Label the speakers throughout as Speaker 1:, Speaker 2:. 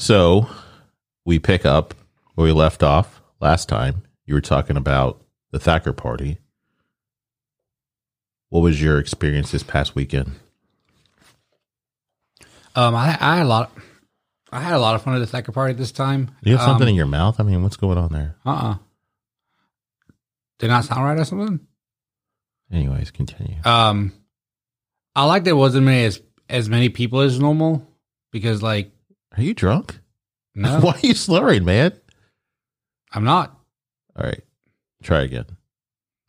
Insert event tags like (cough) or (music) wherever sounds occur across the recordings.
Speaker 1: So we pick up where we left off last time. You were talking about the Thacker party. What was your experience this past weekend?
Speaker 2: Um, I, I had a lot. I had a lot of fun at the Thacker party this time.
Speaker 1: Do you have something in your mouth? I mean, what's going on there?
Speaker 2: Uh uh Did not sound right or something.
Speaker 1: Anyways, continue.
Speaker 2: Um, I like there wasn't many as as many people as normal because like
Speaker 1: Are you drunk? (laughs)
Speaker 2: no,
Speaker 1: Why are you slurring, man?
Speaker 2: I'm not.
Speaker 1: All right, try again.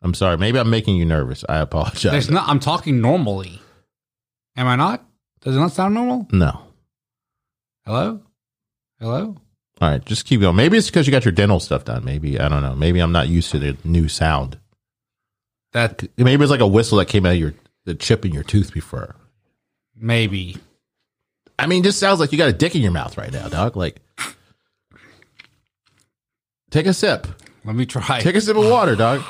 Speaker 1: I'm sorry. Maybe I'm making you nervous. I apologize.
Speaker 2: There's not. I'm talking normally. Am I not? Does it not sound normal?
Speaker 1: no.
Speaker 2: Hello, hello.
Speaker 1: All right, just keep going. Maybe it's because you got your dental stuff done. Maybe I don't know. Maybe I'm not used to the new sound.
Speaker 2: That
Speaker 1: Maybe it's like a whistle that came out of your the chip in your tooth before.
Speaker 2: maybe.
Speaker 1: I mean, just sounds like you got a dick in your mouth right now, dog. Like, take a sip.
Speaker 2: Let me try.
Speaker 1: Take a sip of water, dog.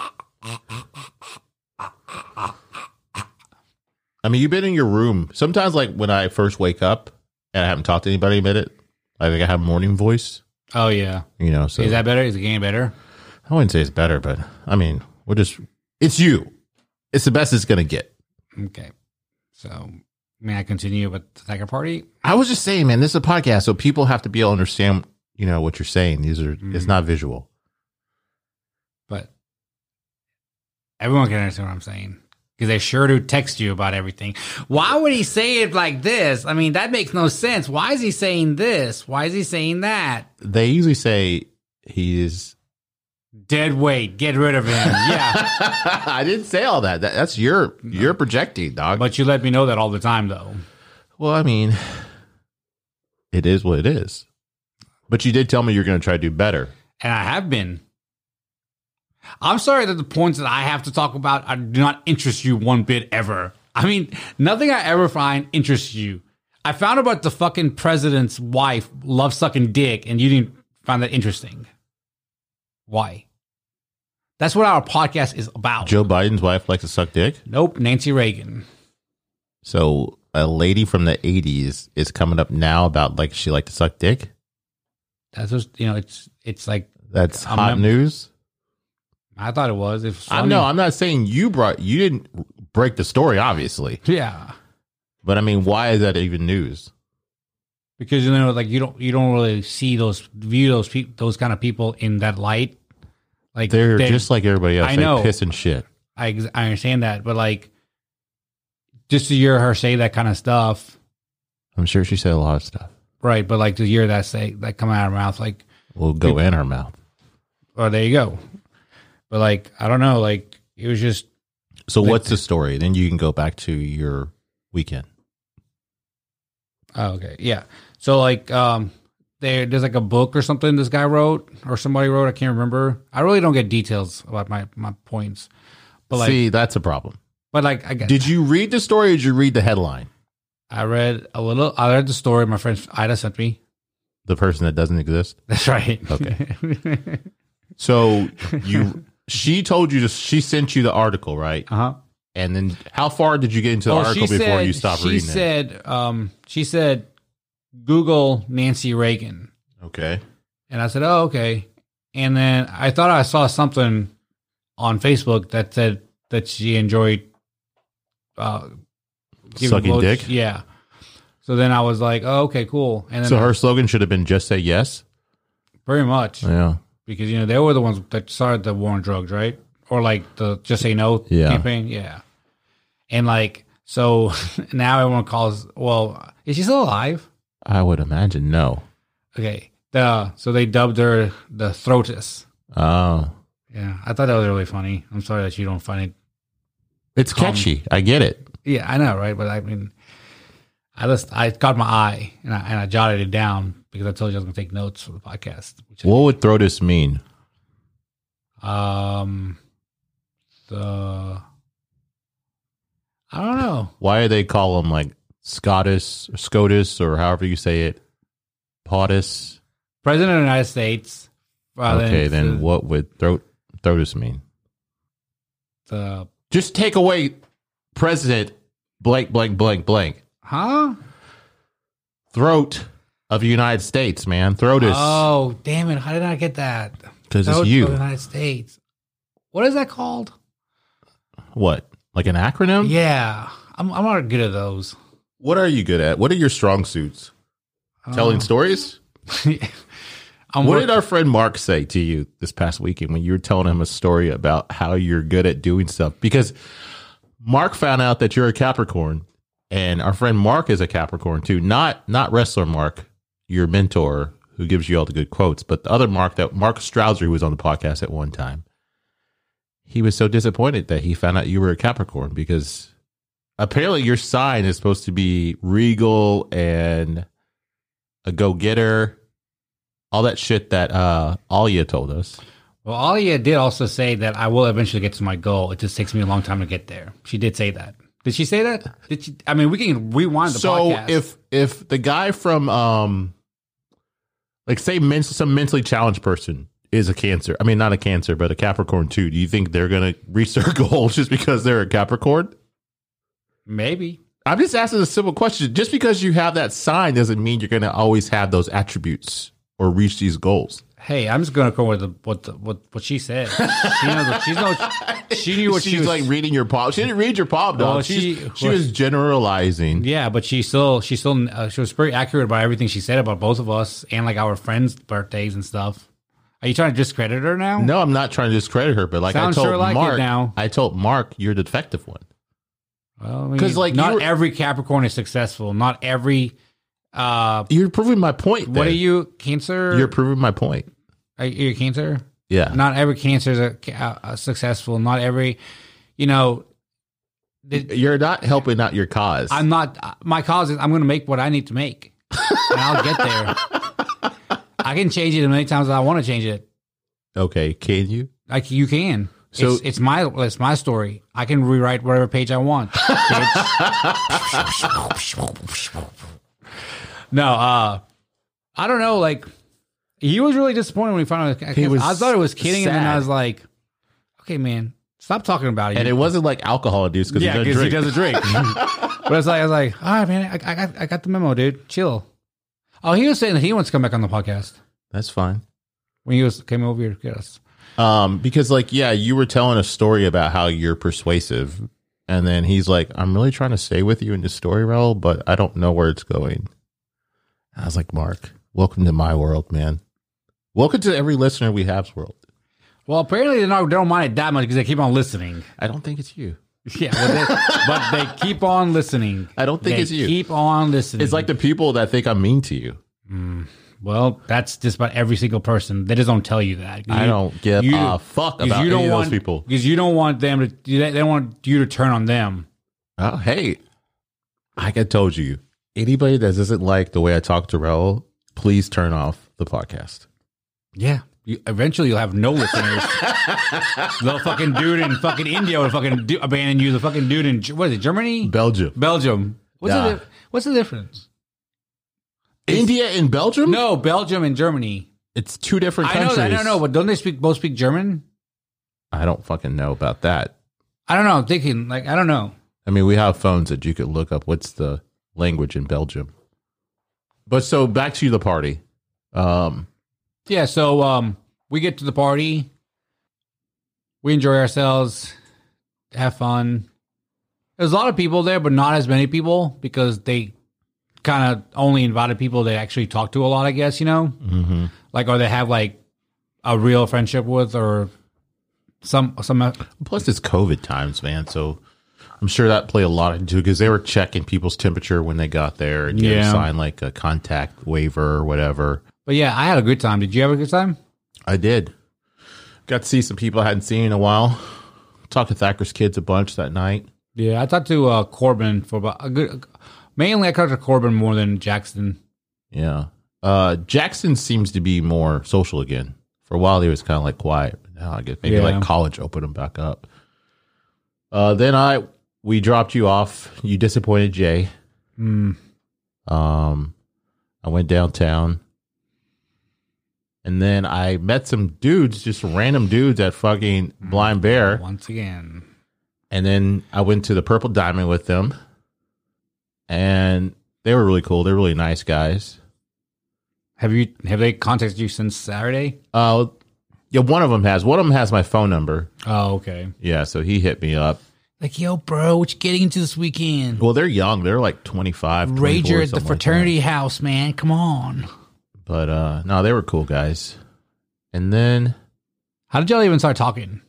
Speaker 1: I mean, you've been in your room. Sometimes, like when I first wake up and I haven't talked to anybody in a minute, I think I have morning voice.
Speaker 2: oh yeah.
Speaker 1: You know, so
Speaker 2: Is that better? Is it getting better?
Speaker 1: I wouldn't say it's better, but I mean, we're just it's you. It's the best it's gonna get.
Speaker 2: Okay. So may I continue with the Thacker party?
Speaker 1: I was just saying, man, this is a podcast, so people have to be able to understand, you know, what you're saying. These are
Speaker 2: Mm-hmm.
Speaker 1: it's not visual.
Speaker 2: but everyone can understand what I'm saying because they sure do text you about everything. Why would he say it like this? I mean, that makes no sense. Why is he saying this? Why is he saying that?
Speaker 1: They usually say he is
Speaker 2: Dead weight, get rid of him. Yeah,
Speaker 1: (laughs) I didn't say all that. that that's your you're projecting, dog.
Speaker 2: but you let me know that all the time, though.
Speaker 1: well, I mean, it is what it is. But you did tell me you're gonna try to do better.
Speaker 2: and I have been. I'm sorry that the points that I have to talk about are, do not interest you one bit ever. I mean, nothing I ever find interests you. I found about the fucking president's wife love sucking dick, and you didn't find that interesting. Why? That's what our podcast is about.
Speaker 1: Joe Biden's wife likes to suck dick.
Speaker 2: nope, Nancy Reagan.
Speaker 1: So a lady from the eighties is coming up now about like she liked to suck dick.
Speaker 2: That's just you know, it's it's like
Speaker 1: That's
Speaker 2: I'm
Speaker 1: hot
Speaker 2: not-
Speaker 1: news.
Speaker 2: I thought it was. If
Speaker 1: I know. I'm not saying you brought. You didn't break the story, obviously.
Speaker 2: yeah,
Speaker 1: But I mean, why is that even news?
Speaker 2: because you know like you don't you don't really see those view those peop those kind of people in that light like
Speaker 1: They're just like everybody else.
Speaker 2: I
Speaker 1: they
Speaker 2: know.
Speaker 1: piss and shit.
Speaker 2: I, ex- I understand that but like just to hear her say that kind of stuff
Speaker 1: I'm sure she said a lot of stuff.
Speaker 2: right but like to hear that say that come out of her mouth like
Speaker 1: Will go in her mouth.
Speaker 2: oh there you go but like i don't know like it was just
Speaker 1: So what's the story? Then you can go back to your weekend.
Speaker 2: Oh, okay. Yeah. So like um there there's like a book or something this guy wrote or somebody wrote, I can't remember. I really don't get details about my my points. But like
Speaker 1: See, that's a problem.
Speaker 2: but like I get
Speaker 1: Did you read the story? or Did you read the headline?
Speaker 2: I read a little I read the story my friend Ida sent me. (laughs)
Speaker 1: The person that doesn't exist.
Speaker 2: That's right.
Speaker 1: Okay. So you, she told you to. She sent you the article, right?
Speaker 2: (laughs) uh-huh.
Speaker 1: And then, how far did you get into the
Speaker 2: Well,
Speaker 1: article
Speaker 2: Oh, she
Speaker 1: before
Speaker 2: said-
Speaker 1: you stopped
Speaker 2: she
Speaker 1: reading
Speaker 2: said, Um, she said, Google Nancy Reagan.
Speaker 1: it? Okay.
Speaker 2: And I said, oh, okay. And then I thought I saw something on Facebook that said that she enjoyed uh, giving
Speaker 1: Sucking
Speaker 2: blowj-
Speaker 1: dick?
Speaker 2: Yeah. So then I was like, oh, okay, cool. And then
Speaker 1: So her slogan should have been "Just say yes."
Speaker 2: very much
Speaker 1: Yeah.
Speaker 2: because, you know, they were the ones that started the war on drugs, right? Or like the just say no
Speaker 1: Yeah.
Speaker 2: campaign. Yeah. And like, so (laughs) now everyone calls, well, is she still alive?
Speaker 1: I would imagine no.
Speaker 2: Okay. The, so they dubbed her the throatist.
Speaker 1: Oh,
Speaker 2: Yeah, I thought that was really funny. I'm sorry that you don't find it.
Speaker 1: it's catchy. I get it.
Speaker 2: Yeah, I know, right? But I mean, I just I caught my eye and I and I jotted it down because I told you I was going to take notes for the podcast. Which
Speaker 1: What would throw this mean?
Speaker 2: um, the I don't know.
Speaker 1: Why do they call him like Scottish, Scotus, or however you say it, Potus?
Speaker 2: President of the United States. rather than
Speaker 1: Okay, then
Speaker 2: the-
Speaker 1: what would throat throatus mean?
Speaker 2: the
Speaker 1: Just take away President blank blank blank blank
Speaker 2: huh?
Speaker 1: throat of the United States, man. Throw this.
Speaker 2: Oh, damn it. How did I get that?
Speaker 1: 'Cause it's
Speaker 2: Vote for
Speaker 1: you.
Speaker 2: The United States. What is that called?
Speaker 1: What? Like an acronym?
Speaker 2: Yeah. I'm, I'm not good at those.
Speaker 1: What are you good at? What are your strong suits?
Speaker 2: Oh.
Speaker 1: Telling stories?
Speaker 2: Um, (laughs) I'm
Speaker 1: What
Speaker 2: work-
Speaker 1: did our friend Mark say to you this past weekend when you were telling him a story about how you're good at doing stuff? Because Mark found out that you're a Capricorn, and our friend Mark is a Capricorn too. Not not wrestler Mark, your mentor who gives you all the good quotes, but the other Mark that Mark Strouser who was on the podcast at one time. He was so disappointed that he found out you were a Capricorn because apparently your sign is supposed to be regal and a go-getter all that shit that uh Alia told us.
Speaker 2: well, Alia did also say that I will eventually get to my goal. It just takes me a long time to get there. She did say that. Did she say that? Did she? I mean, we can rewind the
Speaker 1: so
Speaker 2: podcast.
Speaker 1: if if the guy from um like say men- some mentally challenged person is a cancer. I mean not a cancer, but a Capricorn too. Do you think they're gonna reach their goals (laughs) just because they're a Capricorn?
Speaker 2: Maybe.
Speaker 1: I'm just asking a simple question. Just because you have that sign doesn't mean you're gonna always have those attributes or reach these goals.
Speaker 2: Hey, I'm just gonna go with the, what the, what what she said. She knows. What, she's no. She knew
Speaker 1: (laughs)
Speaker 2: what
Speaker 1: she's
Speaker 2: she was.
Speaker 1: like reading your palm. She didn't read your palm, dog.
Speaker 2: Well,
Speaker 1: She's-
Speaker 2: she-
Speaker 1: she was generalizing.
Speaker 2: yeah, but she still she still uh, she was pretty accurate about everything she said about both of us and like our friends' birthdays and stuff. Are you trying to discredit her now?
Speaker 1: No, I'm not trying to discredit her, but like
Speaker 2: Sounds
Speaker 1: I told
Speaker 2: sure like it
Speaker 1: Mark,
Speaker 2: now.
Speaker 1: I told Mark, you're the defective one.
Speaker 2: because
Speaker 1: 'Cause, like,
Speaker 2: not
Speaker 1: you-
Speaker 2: every Capricorn is successful. Not every. Uh,
Speaker 1: You're proving my point.
Speaker 2: what
Speaker 1: there.
Speaker 2: are you Cancer?
Speaker 1: You're proving my point.
Speaker 2: Are you a cancer?
Speaker 1: Yeah,
Speaker 2: Not every cancer is a, a, a successful. Not every, you know, the-
Speaker 1: you're not helping out your because
Speaker 2: I'm not. My cause is I'm going to make what I need to make, and I'll get there.
Speaker 1: (laughs)
Speaker 2: I can change it as many times as I want to change it.
Speaker 1: okay, can you?
Speaker 2: Like you can.
Speaker 1: So-
Speaker 2: it's, it's my it's my story. I can rewrite whatever page I want. bitch. (laughs) no, uh, I don't know. Like he was really disappointed when he found out.
Speaker 1: He was
Speaker 2: I thought it was kidding, and then
Speaker 1: sad.
Speaker 2: I was like, okay, man, stop talking about it.
Speaker 1: And it wasn't like alcohol induced because
Speaker 2: yeah,
Speaker 1: he doesn't
Speaker 2: because he
Speaker 1: drink.
Speaker 2: doesn't drink.
Speaker 1: (laughs)
Speaker 2: but it's like I was like, all right, man, I, I got I got the memo, dude. Chill. Oh, he was saying that he wants to come back on the podcast
Speaker 1: That's fine.
Speaker 2: when he was came over here to get us.
Speaker 1: Um, because like yeah, you were telling a story about how you're persuasive, and then he's like, "I'm really trying to stay with you in this story, Raul, but I don't know where it's going." I was like, "Mark, welcome to my world, man. Welcome to every listener we have's world."
Speaker 2: Well, apparently they don't, they don't mind it that much because they keep on listening.
Speaker 1: I don't think it's you.
Speaker 2: (laughs) Yeah, but they, but they keep on listening.
Speaker 1: I don't think
Speaker 2: They
Speaker 1: it's you.
Speaker 2: Keep on listening.
Speaker 1: It's like the people that think I'm mean to you.
Speaker 2: well, that's just about every single person. They just don't tell you that.
Speaker 1: I
Speaker 2: You-
Speaker 1: don't give
Speaker 2: you-
Speaker 1: a fuck
Speaker 2: 'cause
Speaker 1: about
Speaker 2: you don't
Speaker 1: any
Speaker 2: want
Speaker 1: of those people.
Speaker 2: because you don't want them to. you- They don't want you to turn on them.
Speaker 1: Oh, hey, like I told you, anybody that doesn't like the way I talk to Raul, please turn off the podcast.
Speaker 2: Yeah. You, eventually, you'll have no
Speaker 1: (laughs)
Speaker 2: listeners. the fucking dude in fucking India will fucking do, abandon you. The fucking dude in Ge- what is it? Germany,
Speaker 1: Belgium,
Speaker 2: Belgium. What's
Speaker 1: Nah.
Speaker 2: the the what's the difference?
Speaker 1: India, and Belgium.
Speaker 2: No, Belgium and Germany.
Speaker 1: it's two different
Speaker 2: I know.
Speaker 1: countries.
Speaker 2: I don't know, but don't they speak both speak German?
Speaker 1: I don't fucking know about that.
Speaker 2: I don't know. I'm thinking like I don't know.
Speaker 1: I mean, we have phones that you could look up what's the language in Belgium. But so back to the party. Um,
Speaker 2: Yeah. So um, we get to the party. We enjoy ourselves, have fun. There's a lot of people there, but not as many people because they kind of only invited people they actually talk to a lot. I guess you know.
Speaker 1: mhm.
Speaker 2: like or they have like a real friendship with or some some
Speaker 1: Plus, it's COVID times, man. So I'm sure that played a lot into because they were checking people's temperature when they got there and you
Speaker 2: Yeah.
Speaker 1: know, sign like a contact waiver or whatever.
Speaker 2: but yeah i had a good time did you have a good time
Speaker 1: I did. Got to see some people I hadn't seen in a while. Talked to Thacker's kids a bunch that night.
Speaker 2: yeah i talked to uh corbin for about a good mainly i talked to corbin more than jackson
Speaker 1: Yeah. Uh, Jackson seems to be more social again. For a while, he was kind of like quiet. Now I guess maybe
Speaker 2: Yeah.
Speaker 1: like college opened him back up. Uh, then I we dropped you off. You disappointed Jay.
Speaker 2: Hmm.
Speaker 1: Um, I went downtown, and then I met some dudes, just random dudes at fucking Blind Bear.
Speaker 2: once again
Speaker 1: And then I went to the Purple Diamond with them, and they were really cool. They're really nice guys.
Speaker 2: Have you have they contacted you since Saturday?
Speaker 1: Uh, yeah, one of them has. One of them has my phone number.
Speaker 2: Oh, okay.
Speaker 1: Yeah, so he hit me up.
Speaker 2: Like, yo, bro, what you getting into this weekend?
Speaker 1: Well, they're young. They're like 25. 24,
Speaker 2: Rager at the
Speaker 1: something like that.
Speaker 2: fraternity house, man. Come on.
Speaker 1: but uh, no, they were cool guys. And then
Speaker 2: How did y'all even start talking?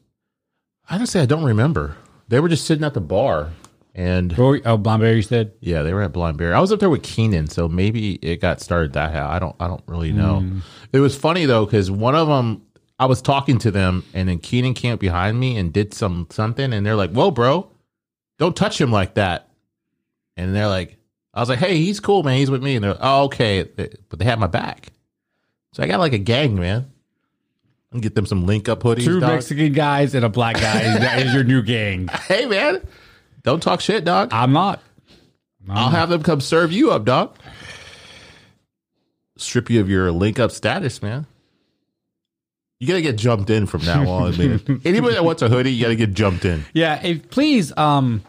Speaker 1: honestly, I don't remember. They were just sitting at the bar, and
Speaker 2: Oh, Bomberry, you said.
Speaker 1: Yeah, they were at Blind Bear. I was up there with Keenan, so maybe it got started that how. I don't I don't really know. It was funny though cuz one of them I was talking to them and then Keenan came up behind me and did some something and they're like, "Whoa, bro. Don't touch him like that." And they're like I was like, "Hey, he's cool, man. He's with me." And they're, "Oh, okay." They- But they had my back. So I got like a gang, man. And get them some link up hoodies.
Speaker 2: Two
Speaker 1: dog.
Speaker 2: Mexican guys and a black guy is, that is your new gang.
Speaker 1: (laughs) Hey, man. Don't talk shit, dog.
Speaker 2: (laughs) I'm not.
Speaker 1: I'll have them come serve you up, dog. Strip you of your link up status, man. You gotta get jumped in from now on, (laughs) man. Anybody that wants a hoodie, you gotta get jumped in.
Speaker 2: Yeah, if please, um,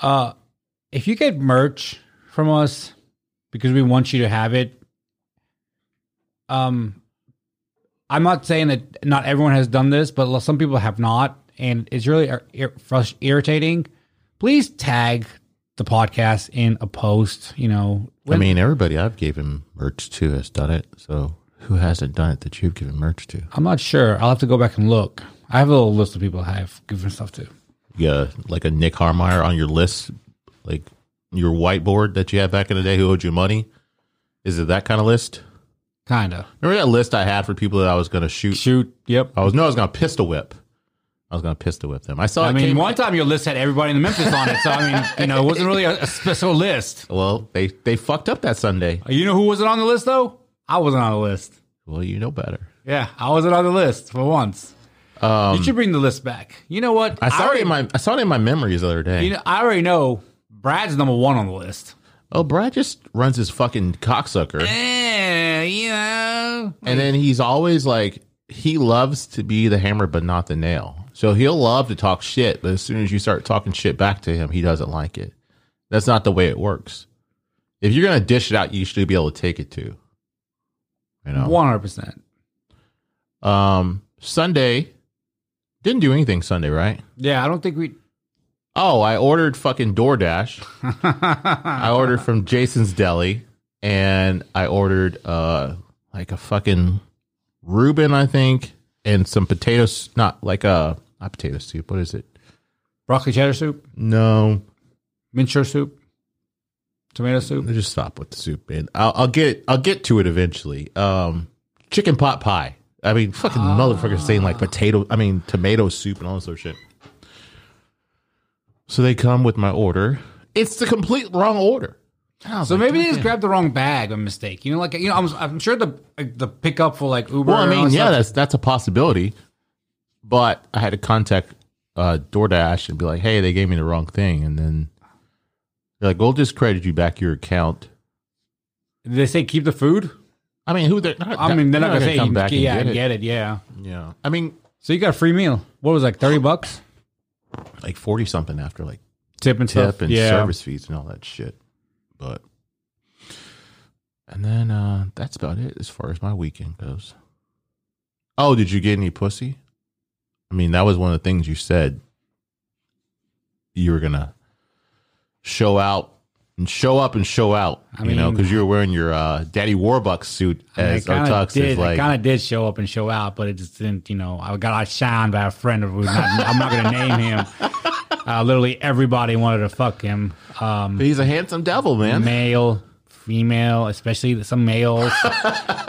Speaker 2: uh, if you get merch from us because we want you to have it, um, I'm not saying that not everyone has done this, but some people have not, and it's really ir- ir- frus- irritating. Please tag the podcast in a post. You know,
Speaker 1: I mean, everybody I've given merch to has done it. So who hasn't done it that you've given merch to?
Speaker 2: I'm not sure. I'll have to go back and look. I have a little list of people I have given stuff to.
Speaker 1: Yeah, like a Nick Harmeyer on your list, like your whiteboard that you had back in the day who owed you money. Is it that kind of list?
Speaker 2: Kinda
Speaker 1: Remember that list I had for people that I was gonna shoot?
Speaker 2: shoot. Yep.
Speaker 1: I was no, I was gonna pistol whip. I was gonna pistol whip them. I saw.
Speaker 2: I
Speaker 1: it
Speaker 2: mean,
Speaker 1: came-
Speaker 2: one time your list had everybody in Memphis on it, so I mean, you know, it wasn't really a, a special list.
Speaker 1: Well, they they fucked up that Sunday.
Speaker 2: You know who wasn't on the list though? I wasn't on the list.
Speaker 1: Well, you know better.
Speaker 2: Yeah, I wasn't on the list for once. you should bring the list back. You know what?
Speaker 1: I saw it
Speaker 2: already,
Speaker 1: in my I saw it in my memories the other day.
Speaker 2: you know, I already know Brad's number one on the list.
Speaker 1: oh, Brad just runs his fucking cocksucker,
Speaker 2: Eh, you know.
Speaker 1: and then he's always like he loves to be the hammer but not the nail. So he'll love to talk shit, but as soon as you start talking shit back to him, he doesn't like it. That's not the way it works. If you're gonna dish it out, you should be able to take it to. You know.
Speaker 2: One hundred percent.
Speaker 1: Um, Sunday didn't do anything Sunday, right?
Speaker 2: Yeah, I don't think we. (laughs)
Speaker 1: Oh, I ordered fucking DoorDash. I ordered from Jason's Deli, and I ordered uh like a fucking Reuben, I think, and some potatoes. Not like a not potato soup. What is it?
Speaker 2: Broccoli cheddar soup,
Speaker 1: No,
Speaker 2: mint char soup, tomato soup.
Speaker 1: just stop with the soup, man. I'll, I'll get I'll get to it eventually. Um, chicken pot pie. I mean, fucking motherfuckers saying like potato. I mean, tomato soup and all this sort of shit. So they come with my order. It's the complete wrong order.
Speaker 2: So maybe they just grabbed the wrong bag, a mistake. You know, like you know, I'm, I'm sure the like, the pickup for like Uber.
Speaker 1: Well, I
Speaker 2: and all
Speaker 1: mean,
Speaker 2: that
Speaker 1: yeah,
Speaker 2: stuff-
Speaker 1: that's that's a possibility. But I had to contact uh, DoorDash and be like, "Hey, they gave me the wrong thing," and then they're like, "We'll just credit you back your account."
Speaker 2: Did they say keep the food?
Speaker 1: I mean, who they're not,
Speaker 2: I mean, they're not gonna say
Speaker 1: come
Speaker 2: you-
Speaker 1: back
Speaker 2: yeah,
Speaker 1: and get,
Speaker 2: it. yeah.
Speaker 1: it. Yeah, I mean,
Speaker 2: So you got a free meal. What was it, like thirty bucks?
Speaker 1: like forty something after like
Speaker 2: Tip and
Speaker 1: tip
Speaker 2: stuff.
Speaker 1: and
Speaker 2: yeah.
Speaker 1: service fees and all that shit. But and then uh, that's about it as far as my weekend goes. Oh, did you get any pussy? I mean, that was one of the things you said you were gonna show out and show up and show out.
Speaker 2: I
Speaker 1: you know,
Speaker 2: mean-
Speaker 1: because you were wearing your uh, Daddy Warbucks suit
Speaker 2: I
Speaker 1: as
Speaker 2: kind of
Speaker 1: Otux
Speaker 2: did.
Speaker 1: is like.
Speaker 2: I kind of did show up and show out, but it just didn't. You know, I got outshined by a friend who's not. I'm not going to name
Speaker 1: (laughs)
Speaker 2: him. Uh, literally, everybody wanted to fuck him. Um,
Speaker 1: but he's a handsome devil, man.
Speaker 2: male, female, especially
Speaker 1: (laughs)
Speaker 2: some males.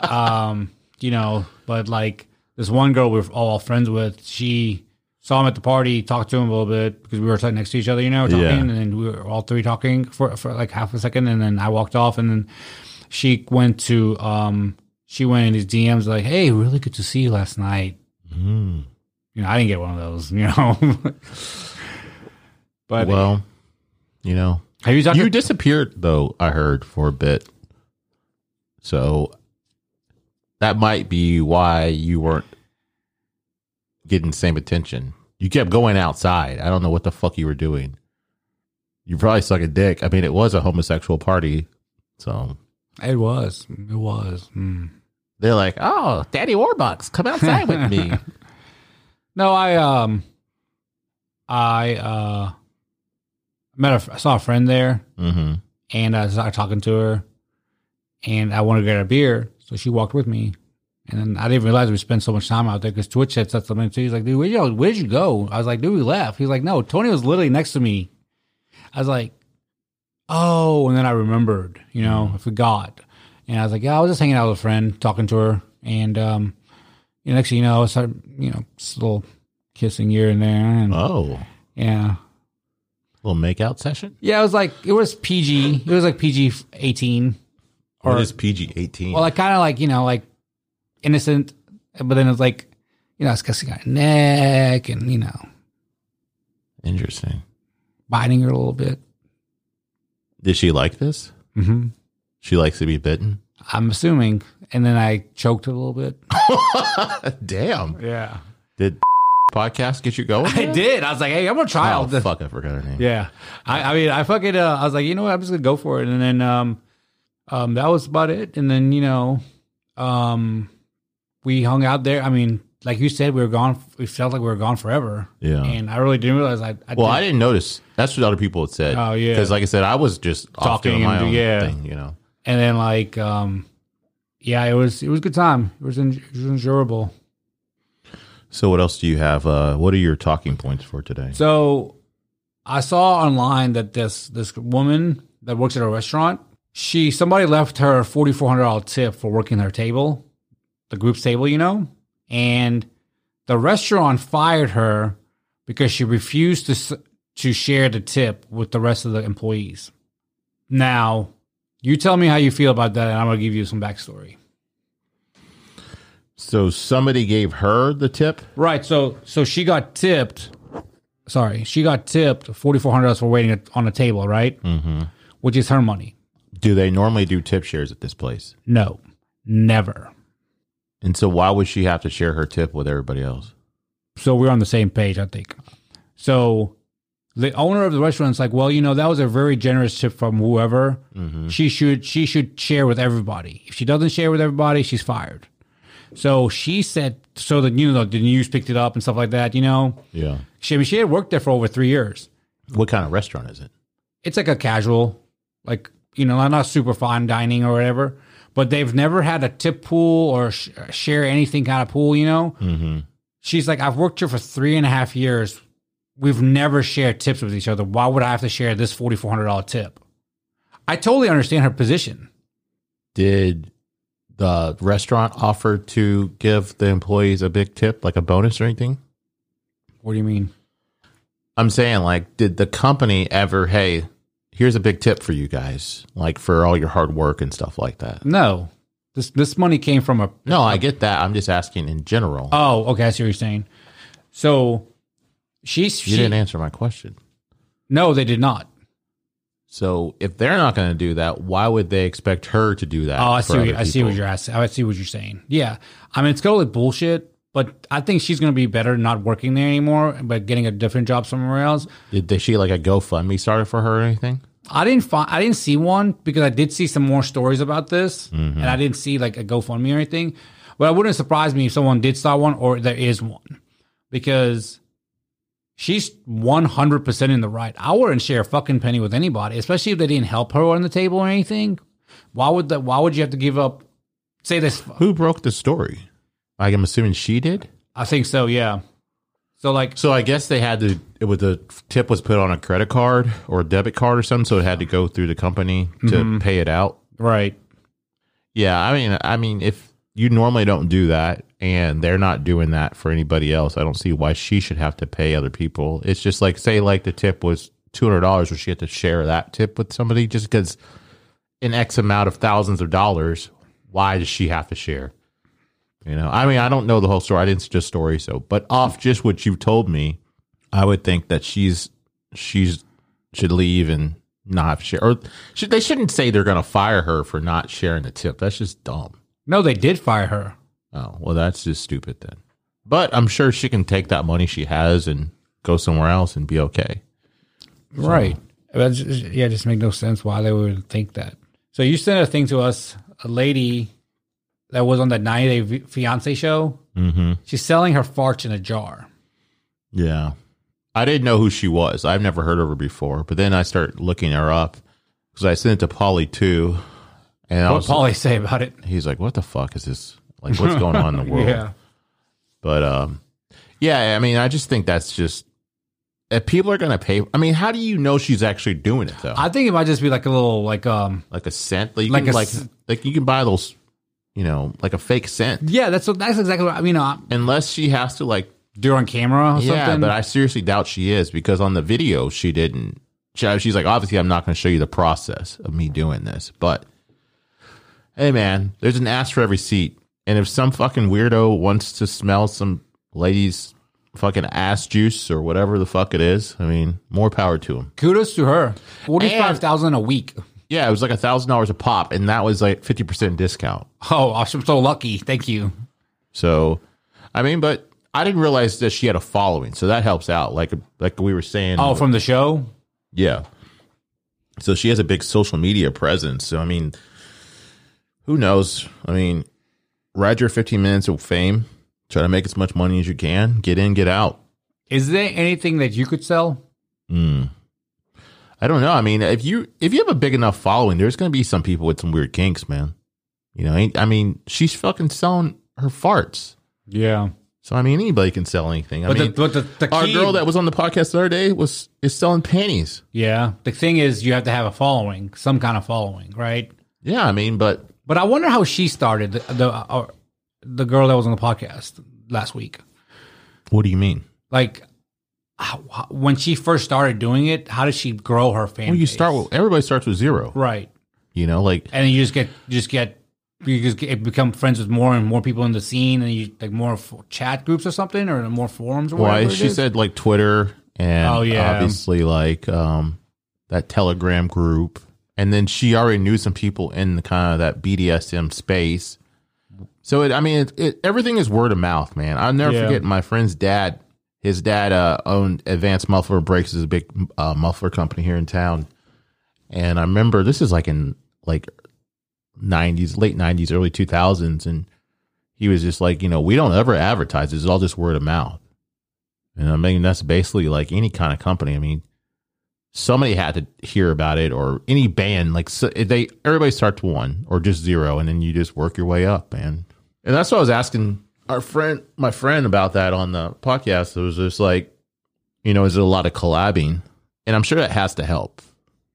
Speaker 2: um, you know, but like this one girl we we're all friends with, she saw him at the party, talked to him a little bit because we were sitting next to each other, you know, talking,
Speaker 1: Yeah.
Speaker 2: and then we were all three talking for for like half a second, and then I walked off, and then she went to um she went in his DMs like, hey, really good to see you last night.
Speaker 1: Mm-hmm.
Speaker 2: You know, I didn't get one of those, (laughs) you know. but
Speaker 1: Well, you know,
Speaker 2: have you talked?
Speaker 1: You
Speaker 2: to-
Speaker 1: disappeared though, I heard for a bit. So that might be why you weren't getting the same attention. You kept going outside. I don't know what the fuck you were doing. You probably suck a dick. I mean, it was a homosexual party, so
Speaker 2: It was. It was. Mm.
Speaker 1: They're like, oh, Daddy Warbucks, come outside with me.
Speaker 2: No, I um, I uh, met a. I saw a friend there,
Speaker 1: hmm
Speaker 2: and I started talking to her, and I wanted to get a beer, so she walked with me, and then I didn't realize we spent so much time out there because Twitch had set something too. He's like, "Dude, where'd you, where'd you go?" I was like, "Dude, we left." He's like, "No, Tony was literally next to me." I was like, "Oh," and then I remembered, you know, I forgot, and I was like, "Yeah, I was just hanging out with a friend, talking to her, and um, you know, next thing you know, I started, you know, just a little kissing here and there, and
Speaker 1: Oh,
Speaker 2: yeah."
Speaker 1: little makeout session.
Speaker 2: Yeah, it was like it was PG. It was like PG eighteen.
Speaker 1: what is PG eighteen?
Speaker 2: Well, like kind of like you know like innocent, but then it's like you know it's kissing her neck and you know
Speaker 1: Interesting.
Speaker 2: biting her a little bit.
Speaker 1: Did she like this?
Speaker 2: Mm-hmm.
Speaker 1: She likes to be bitten. (laughs)
Speaker 2: I'm assuming, and then I choked a little bit.
Speaker 1: Damn.
Speaker 2: Yeah,
Speaker 1: Did podcast get you going?
Speaker 2: (laughs) I did. I was like, hey, I'm gonna try all
Speaker 1: Oh
Speaker 2: this.
Speaker 1: fuck! I forgot her name.
Speaker 2: Yeah, I, I mean, I fucking, uh, I was like, you know what, I'm just gonna go for it, and then, um, um, that was about it, and then you know, um, we hung out there. I mean, like you said, we were gone. We felt like we were gone forever.
Speaker 1: Yeah.
Speaker 2: and I really didn't realize I. I
Speaker 1: Well, I didn't notice. That's what other people had said.
Speaker 2: Oh, yeah.
Speaker 1: Because like I said, I was just talking off
Speaker 2: Talking
Speaker 1: doing my
Speaker 2: and-
Speaker 1: own
Speaker 2: yeah.
Speaker 1: thing. You know.
Speaker 2: and then like, um, yeah, it was it was a good time. It was, en- it was enjoyable.
Speaker 1: So what else do you have? Uh, what are your talking points for today?
Speaker 2: So I saw online that this this woman that works at a restaurant, she somebody left her forty four hundred dollar tip for working her table, the group's table, you know, and the restaurant fired her because she refused to s- to share the tip with the rest of the employees. Now, you tell me how you feel about that, and I'm gonna give you some backstory.
Speaker 1: So somebody gave her the tip.
Speaker 2: Right. So so she got tipped. Sorry, she got tipped forty four hundred dollars for waiting on a table, right? Mm-hmm. Which is her money.
Speaker 1: Do they normally do tip shares at this place?
Speaker 2: No, never.
Speaker 1: And so why would she have to share her tip with everybody else?
Speaker 2: So we're on the same page, I think. So the owner of the restaurant's like, well, you know, that was a very generous tip from whoever. She should she should share with everybody. If she doesn't share with everybody, she's fired. So she said, so that you know the news picked it up and stuff like that. You know,
Speaker 1: Yeah.
Speaker 2: she I mean, she had worked there for over three years.
Speaker 1: What kind of restaurant is it?
Speaker 2: it's like a casual, like you know, not- not super fine dining or whatever. But they've never had a tip pool or sh- share anything kind of pool. You know,
Speaker 1: Mm-hmm.
Speaker 2: she's like, I've worked here for three and a half years. We've never shared tips with each other. Why would I have to share this forty four hundred dollar tip? I totally understand her position.
Speaker 1: Did the restaurant offer to give the employees a big tip, like a bonus or anything?
Speaker 2: What do you mean?
Speaker 1: I'm saying, like, did the company ever, hey, here's a big tip for you guys, like for all your hard work and stuff like that?
Speaker 2: No, this this money came from a
Speaker 1: No, I get that. I'm just asking in general.
Speaker 2: oh okay, I see what you're saying. So she's
Speaker 1: you
Speaker 2: she,
Speaker 1: didn't answer my question.
Speaker 2: no, they did not.
Speaker 1: So if they're not going to do that, why would they expect her to do that?
Speaker 2: Oh, I
Speaker 1: for
Speaker 2: see. What,
Speaker 1: other
Speaker 2: I see what
Speaker 1: people?
Speaker 2: you're asking. I see what you're saying. Yeah, I mean it's totally bullshit. But I think she's gonna be better not working there anymore, but getting a different job somewhere else.
Speaker 1: Did, did she like a GoFundMe started for her or anything?
Speaker 2: I didn't find. I didn't see one because I did see some more stories about this,
Speaker 1: Mm-hmm.
Speaker 2: and I didn't see like a GoFundMe or anything. But it wouldn't surprise me if someone did start one or there is one because she's 100% in the right. I wouldn't share a fucking penny with anybody, especially if they didn't help her on the table or anything. Why would that? Why would you have to give up? Say this.
Speaker 1: Who broke the story? Like, I'm assuming she did.
Speaker 2: I think so, yeah. So like
Speaker 1: So I guess they had to. It was the tip was put on a credit card or a debit card or something, so it had to go through the company to
Speaker 2: Mm-hmm.
Speaker 1: pay it out.
Speaker 2: right.
Speaker 1: Yeah, I mean, I mean, if you normally don't do that, and they're not doing that for anybody else, I don't see why she should have to pay other people. It's just like say, like the tip was two hundred dollars, where she had to share that tip with somebody just because an X amount of thousands of dollars. Why does she have to share? You know, I mean, I don't know the whole story. I didn't see the story, so but off just what you told me, I would think that she's she's should leave and not share. Or should, they shouldn't say they're going to fire her for not sharing the tip. That's just dumb.
Speaker 2: No, they did fire her.
Speaker 1: Oh well, that's just stupid then. But I'm sure she can take that money she has and go somewhere else and be okay.
Speaker 2: Right. That's just- yeah, it just make no sense why they would think that. So you sent a thing to us, a lady that was on that 90 Day Fiance show.
Speaker 1: Mm-hmm.
Speaker 2: She's selling her farts in a jar.
Speaker 1: Yeah. I didn't know who she was. I've never heard of her before. But then I started looking her up because I sent it to Polly too. And I
Speaker 2: What
Speaker 1: was,
Speaker 2: Paulie say about it?
Speaker 1: he's like, what the fuck is this? Like, what's going on in the world? But um, yeah, I mean, I just think that's just if people are going to pay. I mean, how do you know she's actually doing it though?
Speaker 2: I think it might just be like a little like um
Speaker 1: like a scent, like you
Speaker 2: Like
Speaker 1: can,
Speaker 2: a
Speaker 1: like,
Speaker 2: s-
Speaker 1: like you can buy those, you know, like a fake scent.
Speaker 2: yeah that's what that's exactly what I mean uh,
Speaker 1: Unless she has to like,
Speaker 2: do it on camera or
Speaker 1: yeah,
Speaker 2: something.
Speaker 1: but I seriously doubt she is because on the video she didn't. She, she's like, obviously, I'm not going to show you the process of me doing this, but hey, man, there's an ass for every seat, and if some fucking weirdo wants to smell some lady's fucking ass juice or whatever the fuck it is, I mean, more power to him.
Speaker 2: Kudos to her. Forty five thousand a week.
Speaker 1: Yeah, it was like a thousand dollars a pop, and that was like fifty percent discount.
Speaker 2: Oh, I'm so lucky. Thank you.
Speaker 1: So, I mean, but I didn't realize that she had a following, so that helps out. Like like we were saying,
Speaker 2: Oh, from the show.
Speaker 1: yeah. So she has a big social media presence. So I mean, who knows? I mean, ride your fifteen minutes of fame. Try to make as much money as you can. Get in, get out.
Speaker 2: Is there anything that you could sell?
Speaker 1: I don't know. I mean, if you if you have a big enough following, there's going to be some people with some weird kinks, man. You know, ain't- I mean, she's fucking selling her farts.
Speaker 2: Yeah,
Speaker 1: So I mean, anybody can sell anything. I
Speaker 2: but
Speaker 1: mean,
Speaker 2: the, but the, the
Speaker 1: our
Speaker 2: key-
Speaker 1: girl that was on the podcast the other day was is selling panties.
Speaker 2: yeah the thing is you have to have a following, some kind of following, right?
Speaker 1: Yeah, I mean, but
Speaker 2: But I wonder how she started the the, uh, the girl that was on the podcast last week.
Speaker 1: what do you mean?
Speaker 2: Like how, how- when she first started doing it, how did she grow her fan?
Speaker 1: Well, you
Speaker 2: base?
Speaker 1: start with everybody starts with zero.
Speaker 2: right,
Speaker 1: You know, like
Speaker 2: and then you just get you just get you just get, become friends with more and more people in the scene, and you like more f- chat groups or something, or more forums. Or
Speaker 1: why
Speaker 2: whatever it
Speaker 1: she
Speaker 2: is.
Speaker 1: said like Twitter and
Speaker 2: Oh, yeah.
Speaker 1: obviously like um that Telegram group, and then she already knew some people in the kind of that BDSM space. So it, I mean, it, it, everything is word of mouth, man. I'll never
Speaker 2: Yeah.
Speaker 1: forget my friend's dad. His dad uh, owned Advanced Muffler Brakes, is a big uh, muffler company here in town. And I remember this is like in like nineties, late nineties, early two thousands, and he was just like, you know, we don't ever advertise. It's all just word of mouth. And I mean, that's basically like any kind of company. I mean, somebody had to hear about it, or any band. Like so they, everybody starts with one or just zero, and then you just work your way up, man. And that's what I was asking our friend, my friend, about that on the podcast. It was just like, you know, is it a lot of collabing? And I'm sure that has to help.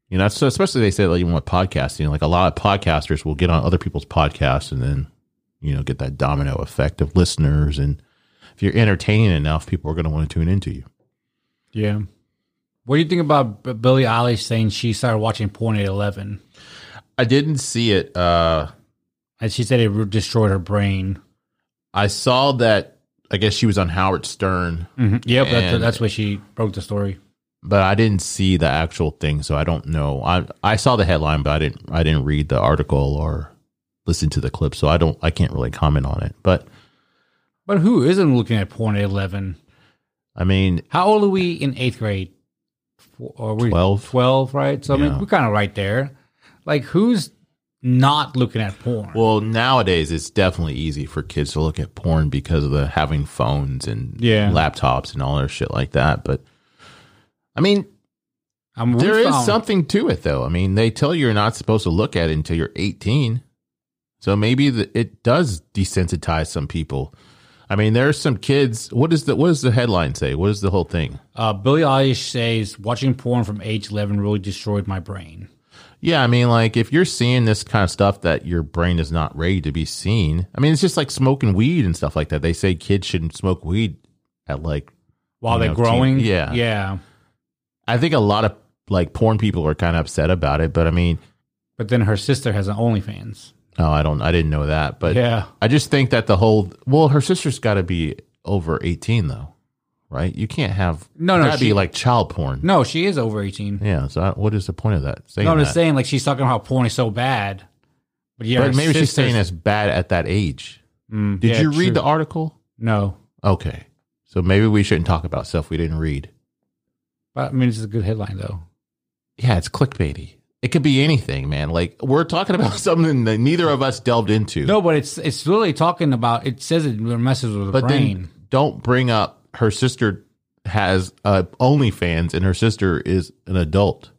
Speaker 1: You know, so especially they say like even with podcasting, like a lot of podcasters will get on other people's podcasts and then, you know, get that domino effect of listeners. And if you're entertaining enough, people are going to want to tune into you.
Speaker 2: Yeah. What do you think about B- Billie Eilish saying she started watching porn at 11
Speaker 1: I didn't see it. Uh,
Speaker 2: and she said it re- destroyed her brain?
Speaker 1: I saw that. I guess she was on Howard Stern,
Speaker 2: Yep, that's,
Speaker 1: And-
Speaker 2: that's where she broke the story.
Speaker 1: but I didn't see the actual thing, so I don't know. I I saw the headline, but I didn't I didn't read the article or listen to the clip, so I don't I can't really comment on it. But
Speaker 2: But who isn't looking at porn at 11?
Speaker 1: I mean,
Speaker 2: How old are we in eighth grade? Four, or we
Speaker 1: 12.
Speaker 2: 12, right? So, I mean, we're kind of right there. Like, who's not looking at porn?
Speaker 1: Well, nowadays it's definitely easy for kids to look at porn because of the having phones and
Speaker 2: Yeah.
Speaker 1: laptops and all their shit like that. But I mean,
Speaker 2: I mean, we
Speaker 1: there is
Speaker 2: found-
Speaker 1: something to it though. I mean, they tell you you're not supposed to look at it until you're 18. So maybe the, it does desensitize some people. I mean, there's some kids. What is the what does the headline say? What is the whole thing?
Speaker 2: Uh, Billie Eilish says watching porn from age 11 really destroyed my brain.
Speaker 1: Yeah, I mean, like if you're seeing this kind of stuff that your brain is not ready to be seen, I mean, it's just like smoking weed and stuff like that. They say kids shouldn't smoke weed at like.
Speaker 2: While
Speaker 1: You
Speaker 2: they're
Speaker 1: know, teen-
Speaker 2: growing?
Speaker 1: yeah.
Speaker 2: Yeah.
Speaker 1: I think a lot of like porn people are kind of upset about it, but I mean,
Speaker 2: But then her sister has an OnlyFans.
Speaker 1: oh, I don't, I didn't know that, but
Speaker 2: Yeah.
Speaker 1: I just think that the whole well, her sister's got to be over eighteen though, right? You can't have
Speaker 2: No, no,
Speaker 1: that'd be
Speaker 2: she-
Speaker 1: like child porn.
Speaker 2: No, she is over 18.
Speaker 1: Yeah, so I, what is the point of that? Saying
Speaker 2: No, I'm
Speaker 1: that?
Speaker 2: just saying, like, she's talking about how porn is so bad. But yeah,
Speaker 1: but maybe she's saying
Speaker 2: it.
Speaker 1: it's bad at that age. Did you read the article?
Speaker 2: Mm, No.
Speaker 1: Okay. So maybe we shouldn't talk about stuff we didn't read.
Speaker 2: But I mean, this is a good headline, though.
Speaker 1: Yeah, it's clickbaity. It could be anything, man. Like we're talking about (laughs) something that neither of us delved into.
Speaker 2: No, but it's it's literally talking about. It says it messes with the
Speaker 1: but
Speaker 2: brain.
Speaker 1: then don't bring up her sister has uh, OnlyFans and her sister is an adult.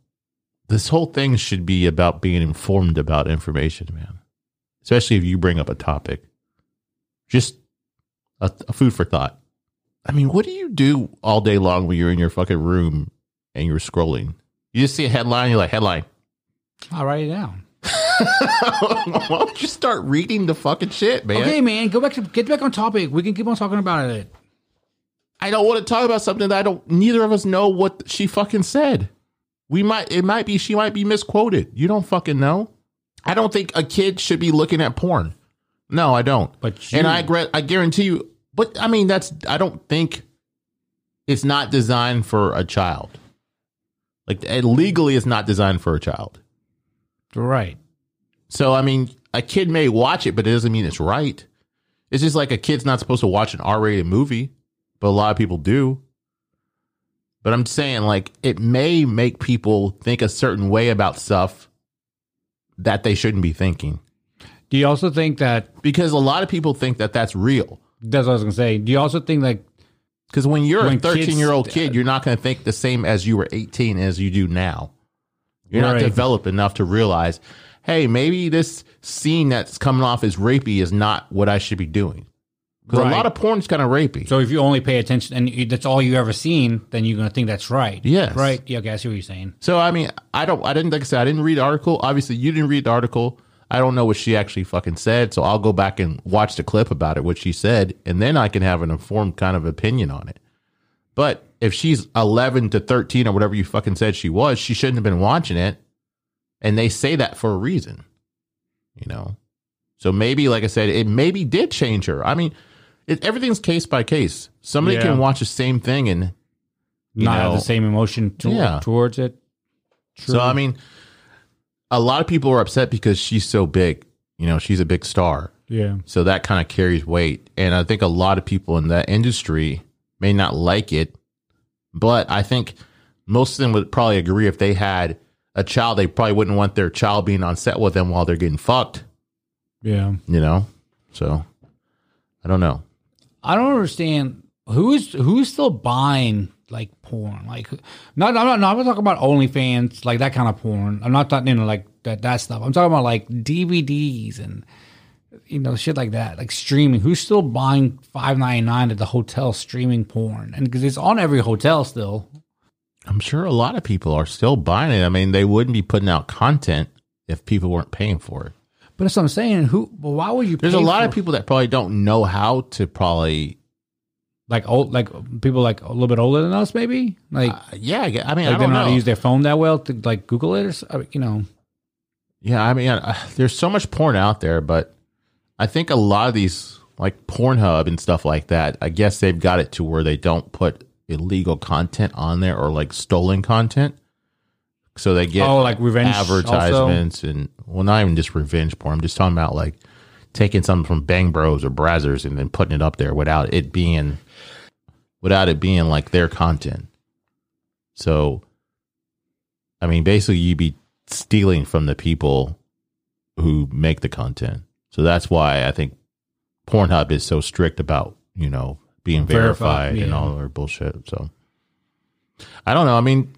Speaker 1: This whole thing should be about being informed about information, man. Especially if you bring up a topic, just a, a food for thought. I mean, what do you do all day long when you're in your fucking room and you're scrolling? You just see a headline, you're like, headline. (laughs)
Speaker 2: I'll write it down.
Speaker 1: Why don't you start reading the fucking shit, man?
Speaker 2: Okay, man, go back to get back on topic. We can keep on talking about it.
Speaker 1: I don't want to talk about something that I don't. Neither of us know what she fucking said. We might. It might be. She might be misquoted. You don't fucking know. I don't think a kid should be looking at porn. No, I don't.
Speaker 2: But you-
Speaker 1: and I gra- I guarantee you. But I mean, that's. I don't think it's not designed for a child. Like it legally, it's not designed for a child.
Speaker 2: Right.
Speaker 1: So I mean, a kid may watch it, but it doesn't mean it's right. It's just like a kid's not supposed to watch an R-rated movie, but a lot of people do. But I'm saying like it may make people think a certain way about stuff that they shouldn't be thinking
Speaker 2: Do you also think that
Speaker 1: because a lot of people think that that's real.
Speaker 2: that's what I was gonna say? Do you also think like
Speaker 1: Because when you're
Speaker 2: When
Speaker 1: a
Speaker 2: kids- uh,
Speaker 1: 13 year old kid, you're not going to think the same as you were 18 as you do now. You're
Speaker 2: Right.
Speaker 1: not developed enough to realize, hey, maybe this scene that's coming off as rapey is not what I should be doing. Because
Speaker 2: Right.
Speaker 1: a lot of porn's kind of rapey.
Speaker 2: so? If you only pay attention and you, that's all you ever seen, then you're gonna think that's right.
Speaker 1: Yes.
Speaker 2: Right. Yeah. Okay. I see what you're saying.
Speaker 1: So I mean, I don't. I didn't like I said. I didn't read the article. Obviously, you didn't read the article. I don't know what she actually fucking said. So I'll go back and watch the clip about it, what she said, and then I can have an informed kind of opinion on it. But if she's eleven to thirteen or whatever you fucking said she was, she shouldn't have been watching it. And they say that for a reason, you know. So maybe, like I said, it maybe did change her. I mean, it, everything's case by case. Somebody
Speaker 2: Yeah.
Speaker 1: can watch the same thing and You
Speaker 2: Not have
Speaker 1: know.
Speaker 2: the same emotion to,
Speaker 1: Yeah.
Speaker 2: towards it.
Speaker 1: So I mean, a lot of people are upset because she's so big. You know, she's a big star,
Speaker 2: Yeah.
Speaker 1: so that kind of carries weight. And I think a lot of people in that industry may not like it, but I think most of them would probably agree if they had a child, they probably wouldn't want their child being on set with them while they're getting fucked.
Speaker 2: Yeah.
Speaker 1: You know, so I don't know.
Speaker 2: I don't understand who's who's still buying like porn. Like, not I'm not, no, I'm not talking about OnlyFans like that kind of porn. I'm not talking you know like that that stuff. I'm talking about like DVDs and you know shit like that, like streaming. Who's still buying five ninety nine at the hotel streaming porn? And because it's on every hotel still.
Speaker 1: I'm sure a lot of people are still buying it. I mean, they wouldn't be putting out content if people weren't paying for it.
Speaker 2: But that's what I'm saying. Who? But why would you?
Speaker 1: There's a
Speaker 2: pay
Speaker 1: lot
Speaker 2: for-
Speaker 1: of people that probably don't know how to probably
Speaker 2: like old like people like a little bit older than us maybe like.
Speaker 1: Yeah, I gue- I mean,
Speaker 2: like
Speaker 1: I
Speaker 2: they
Speaker 1: don't
Speaker 2: don't know how
Speaker 1: know.
Speaker 2: to use their phone that well to like Google it or so- I mean, you know.
Speaker 1: yeah, I mean, uh, there's so much porn out there, but I think a lot of these, like Pornhub and stuff like that, I guess they've got it to where they don't put illegal content on there or like stolen content. So they get
Speaker 2: oh, like revenge also?
Speaker 1: advertisements and, well, not even just revenge porn. I'm just talking about like taking something from Bang Bros or Brazzers and then putting it up there without it being, without it being like their content. So, I mean, basically, you'd be stealing from the people who make the content. So that's why I think Pornhub is so strict about you know being
Speaker 2: Verified,
Speaker 1: verified, and
Speaker 2: yeah.
Speaker 1: all their bullshit. So I don't know. I mean,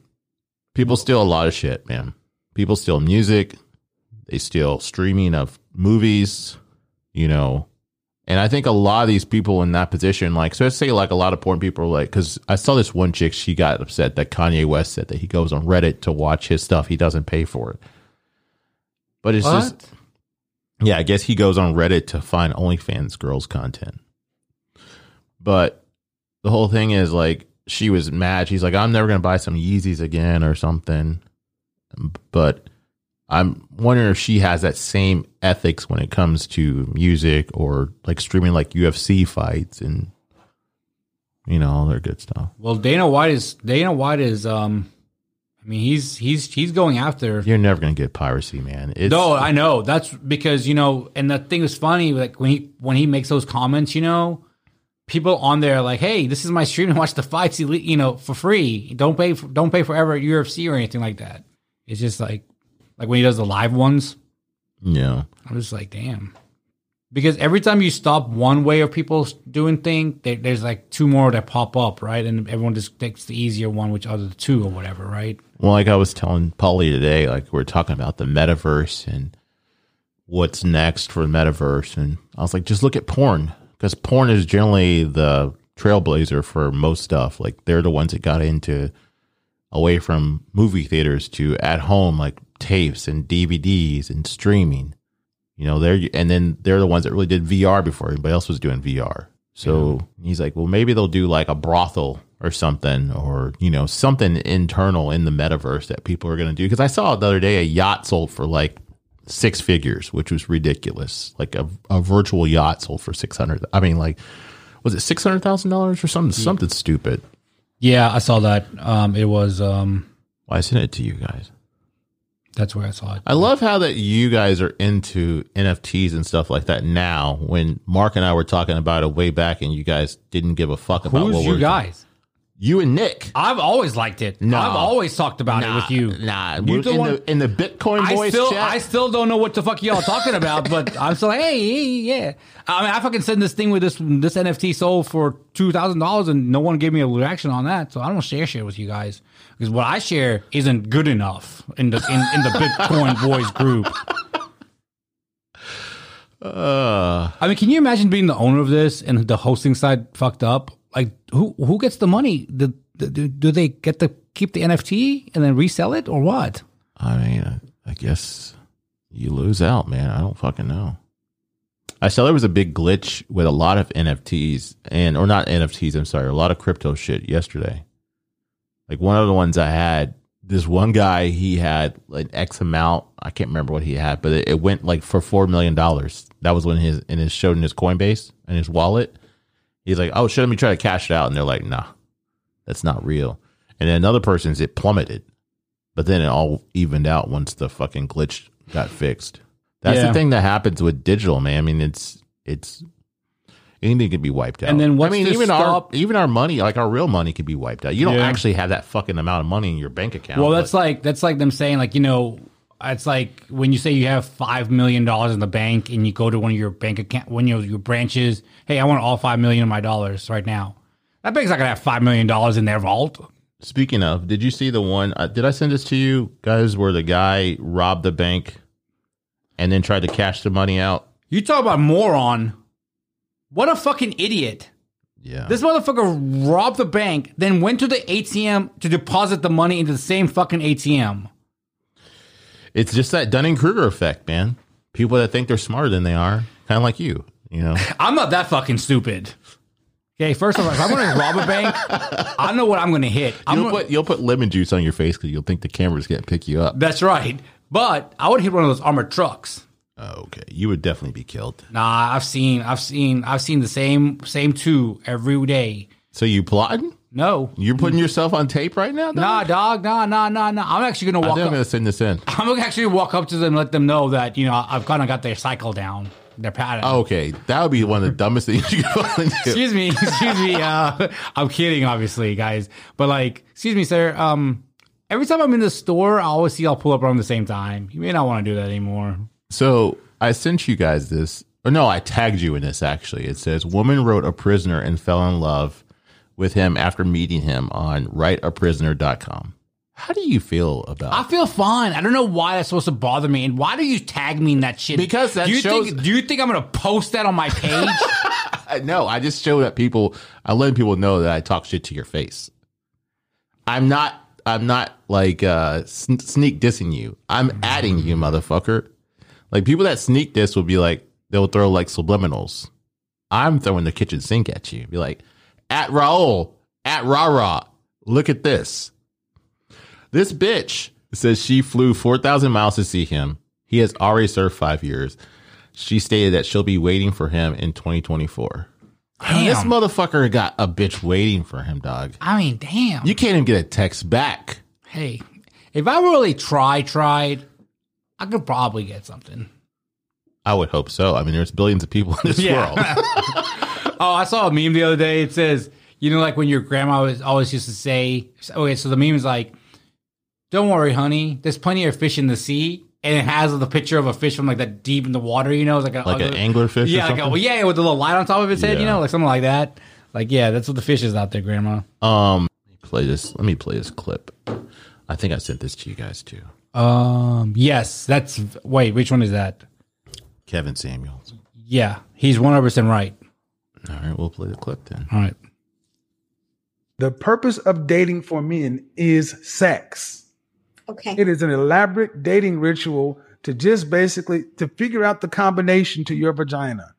Speaker 1: people steal a lot of shit, man. People steal music. They steal streaming of movies. You know, and I think a lot of these people in that position, like, so let's say like a lot of porn people are like, because I saw this one chick, she got upset that Kanye West said that he goes on Reddit to watch his stuff. He doesn't pay for it. But it's just,
Speaker 2: What?
Speaker 1: yeah, I guess he goes on Reddit to find OnlyFans girls content. But the whole thing is like, she was mad. She's like, I'm never going to buy some Yeezys again or something. But I'm wondering if she has that same ethics when it comes to music or like streaming like UFC fights and, you know, all their good stuff.
Speaker 2: Well, Dana White is Dana White is um I mean he's he's he's going after
Speaker 1: You're never going to get piracy, man. It's,
Speaker 2: No, I know. That's because, you know, and the thing is funny like when he when he makes those comments, you know, people on there are like, "Hey, this is my stream and watch the fights, elite, you know, for free. Don't pay for, don't pay forever at UFC or anything like that." It's just like Like when he does the live ones,
Speaker 1: Yeah.
Speaker 2: I'm just like, damn. Because every time you stop one way of people doing thing, there, there's like two more that pop up, right? And everyone just takes the easier one, which are the two or whatever, right?
Speaker 1: Well, like I was telling Polly today, like we are talking about the metaverse and what's next for the metaverse, and I was like, just look at porn because porn is generally the trailblazer for most stuff. Like they're the ones that got into away from movie theaters to at home, like tapes and DVDs and streaming. You know, they're and then they're the ones that really did VR before everybody else was doing VR. So he's like, well, maybe they'll do like a brothel or something, or you know, something internal in the metaverse that people are going to do. Because I saw the other day a yacht sold for like six figures, which was ridiculous. Like a, a virtual yacht sold for six hundred. I mean, like, was it six hundred thousand dollars or something? Something stupid.
Speaker 2: Yeah, I saw that. Um, it was um,
Speaker 1: Well, I sent it to you guys.
Speaker 2: that's where I saw it.
Speaker 1: I love how that you guys are into NFTs and stuff like that now. When Mark and I were talking about it way back, and you guys didn't give a fuck about
Speaker 2: Who's
Speaker 1: what
Speaker 2: you
Speaker 1: we were
Speaker 2: guys?
Speaker 1: you and Nick.
Speaker 2: I've always liked it.
Speaker 1: No.
Speaker 2: I've always talked about it with you.
Speaker 1: Nah,
Speaker 2: You
Speaker 1: we're
Speaker 2: the
Speaker 1: in,
Speaker 2: one-
Speaker 1: the, in the Bitcoin
Speaker 2: I
Speaker 1: voice
Speaker 2: still,
Speaker 1: chat.
Speaker 2: I still don't know what the fuck y'all talking about, but I'm still like, hey, yeah. I mean, I fucking sent this thing with this this NFT sold for two thousand dollars, and no one gave me a reaction on that, so I don't share shit with you guys because what I share isn't good enough in the in, in the Bitcoin boys group.
Speaker 1: uh,
Speaker 2: I mean, can you imagine being the owner of this and the hosting side fucked up? Like, who who gets the money? The, the, do- do they get to keep the NFT and then resell it, or what?
Speaker 1: I mean, I, I guess you lose out, man. I don't fucking know. I saw there was a big glitch with a lot of NFTs and or not NFTs, I'm sorry, a lot of crypto shit yesterday. Like one of the ones I had, this one guy, he had like X amount, I can't remember what he had, but it, it went like for four million dollars. That was when his and it showed in his Coinbase and his wallet. He's like, Oh shit, let me try to cash it out. And they're like, nah, that's not real. And then another person's it plummeted. But then it all evened out once the fucking glitch got fixed. That's
Speaker 2: Yeah.
Speaker 1: the thing that happens with digital, man. I mean, it's it's anything can be wiped out.
Speaker 2: And then what's
Speaker 1: I mean,
Speaker 2: to
Speaker 1: even
Speaker 2: stop-
Speaker 1: our even our money, like our real money, could be wiped out. You don't
Speaker 2: Yeah.
Speaker 1: actually have that fucking amount of money in your bank account.
Speaker 2: Well, that's like that's like them saying like you know it's like when you say you have five million dollars in the bank and you go to one of your bank account one of your branches. Hey, I want all five million of my dollars right now. That bank's not gonna have five million dollars in their vault.
Speaker 1: But speaking of, did you see the one? Uh, did I send this to you guys? Where the guy robbed the bank and then tried to cash the money out?
Speaker 2: You talk about moron. What a fucking idiot.
Speaker 1: Yeah,
Speaker 2: This motherfucker robbed the bank, then went to the ATM to deposit the money into the same fucking ATM.
Speaker 1: it's just that Dunning Kruger effect, man. People that think they're smarter than they are, kind of like you, you know.
Speaker 2: I'm not that fucking stupid. Okay, first of all, if I'm gonna rob a bank, I know what I'm gonna hit. I'm
Speaker 1: You'll
Speaker 2: gonna-
Speaker 1: put, you'll put lemon juice on your face because you'll think the camera's going to pick you up.
Speaker 2: That's right. But I would hit one of those armored trucks.
Speaker 1: Oh, okay, you would definitely be killed.
Speaker 2: Nah, I've seen, I've seen, I've seen the same, same two every day.
Speaker 1: So you plotting?
Speaker 2: No,
Speaker 1: You're putting yourself on tape right now?
Speaker 2: nah, dog, nah, nah, nah, nah. I'm actually gonna
Speaker 1: I
Speaker 2: walk.
Speaker 1: think I'm
Speaker 2: Up,
Speaker 1: going to send this in.
Speaker 2: I'm gonna actually walk up to them, and let them know that you know I've kind of got their cycle down, their pattern.
Speaker 1: Okay, that would be one of the dumbest things you could (laughs) fucking do.
Speaker 2: excuse me, (laughs) excuse me. Uh, (laughs) I'm kidding, obviously, guys. But like, excuse me, sir. Um, every time I'm in the store, I always see y'all pull up around the same time. You may not want to do that anymore.
Speaker 1: So I sent you guys this, or no, I tagged you in this actually. It says, "Woman wrote a prisoner and fell in love with him after meeting him on writeaprisoner.com." How do you feel about?
Speaker 2: I feel fine. I don't know why that's supposed to bother me. And why do you tag me in that shit?
Speaker 1: Because that
Speaker 2: do you
Speaker 1: shows-
Speaker 2: Think, do you think I'm going to post that on my (laughs) page?
Speaker 1: I- no, I just show that people. I let people know that I talk shit to your face. I'm not. I'm not like uh, sn- sneak dissing you. I'm adding you, motherfucker. Like people that sneak diss will be like they'll throw like subliminals. I'm throwing the kitchen sink at you. Be like, at Raul, at Ra Ra. Look at this. This bitch says she flew 4,000 miles to see him. He has already served five years. She stated that she'll be waiting for him in 2024. This
Speaker 2: damn.
Speaker 1: motherfucker got a bitch waiting for him, dog.
Speaker 2: I mean, damn.
Speaker 1: You can't even get a text back.
Speaker 2: hey, if I really try, tried, I could probably get something.
Speaker 1: I would hope so. I mean, there's billions of people in this world.
Speaker 2: (laughs) Oh, I saw a meme the other day. It says, you know, like when your grandma was always used to say, okay, so the meme is like, don't worry, honey, there's plenty of fish in the sea. and it has the picture of a fish from like that deep in the water, you know, it's like, a,
Speaker 1: Like an anglerfish or
Speaker 2: Yeah, like a-
Speaker 1: something?
Speaker 2: yeah, with a little light on top of its head, you
Speaker 1: Yeah.
Speaker 2: know, like something like that. Like yeah, that's what the fish is out there, Grandma.
Speaker 1: Um, let me play this. Let me play this clip. I think I sent this to you guys too.
Speaker 2: Um, yes, that's wait, which one is that?
Speaker 1: Kevin Samuels.
Speaker 2: Yeah, he's one hundred percent right.
Speaker 1: All right, we'll play the clip then.
Speaker 2: All right.
Speaker 3: The purpose of dating for men is sex.
Speaker 4: Okay.
Speaker 3: It is an elaborate dating ritual to just basically to figure out the combination to your vagina.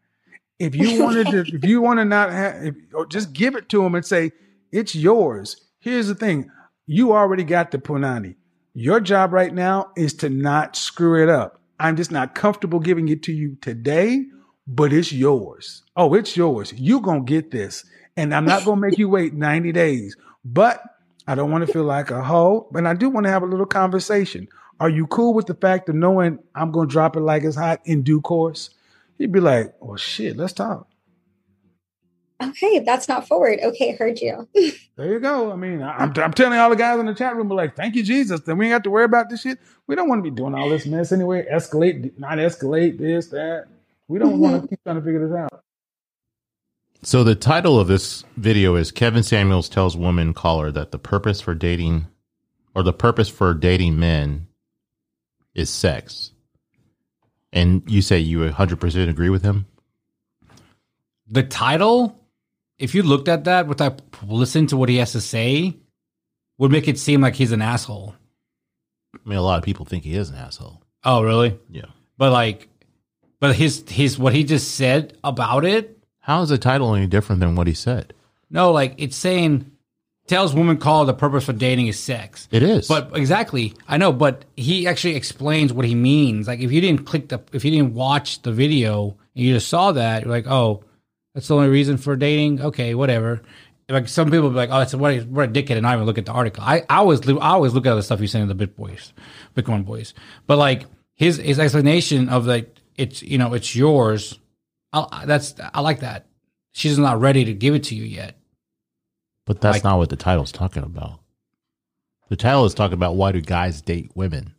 Speaker 3: If you wanted to, if you want to not have, if, or just give it to them and say it's yours. Here's the thing: you already got the punani. Your job right now is to not screw it up. I'm just not comfortable giving it to you today, but it's yours. Oh, it's yours. You gonna get this, and I'm not gonna make you wait 90 days. But I don't want to feel like a hoe, but I do want to have a little conversation. Are you cool with the fact of knowing I'm gonna drop it like it's hot in due course? He'd be like, "Well, shit, let's talk."
Speaker 4: Okay. That's not forward. Okay. Heard you.
Speaker 3: There you go. I mean, I- I'm, I'm telling all the guys in the chat room, we're like, "Thank you, Jesus." Then we ain't got to worry about this shit. We don't want to be doing all this mess anyway. Escalate, not escalate, this, that. We don't want to keep trying to figure this out.
Speaker 1: So the title of this video is Kevin Samuels tells woman caller that the purpose for dating or the purpose for dating men is sex. And you say you 100% agree with him?
Speaker 2: The title, if you looked at that without listening to what he has to say, would make it seem like he's an asshole.
Speaker 1: I mean, a lot of people think he is an asshole.
Speaker 2: Oh, really?
Speaker 1: Yeah.
Speaker 2: But like, but his his what he just said about it.
Speaker 1: How is the title any different than what he said?
Speaker 2: No, like it's saying tells woman call the purpose for dating is sex.
Speaker 1: It is.
Speaker 2: But exactly, I know. But he actually explains what he means. Like if you didn't click the, if you didn't watch the video, and you just saw that, you're like, oh, that's the only reason for dating. Okay, whatever. Like some people be like, oh, it's what a, what a dickhead, and not even look at the article. I, I always lo- I always look at the stuff you send in the Bit Boys, Bitcoin Boys. But like his his explanation of like it's you know it's yours. I, I- that's I like that. She's not ready to give it to you yet.
Speaker 1: But that's
Speaker 2: Like-
Speaker 1: not what the title's talking about. The title is talking about why do guys date women?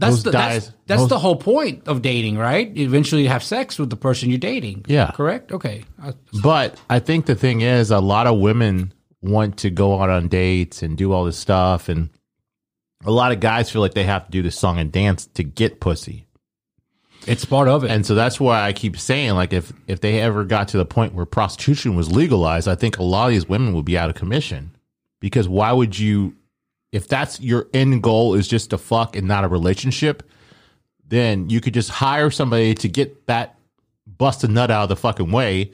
Speaker 2: That's
Speaker 1: Those
Speaker 2: the
Speaker 1: guys-
Speaker 2: that's, that's
Speaker 1: those-
Speaker 2: the whole point of dating, right? Eventually, you have sex with the person you're dating.
Speaker 1: Yeah.
Speaker 2: correct. Okay, I,
Speaker 1: But I think the thing is, a lot of women want to go out on dates and do all this stuff, and a lot of guys feel like they have to do this song and dance to get pussy.
Speaker 2: it's part of it.
Speaker 1: And so that's why I keep saying, like, if if they ever got to the point where prostitution was legalized, I think a lot of these women would be out of commission because why would you? If that's your end goal is just to fuck and not a relationship, then you could just hire somebody to get that bust a nut out of the fucking way,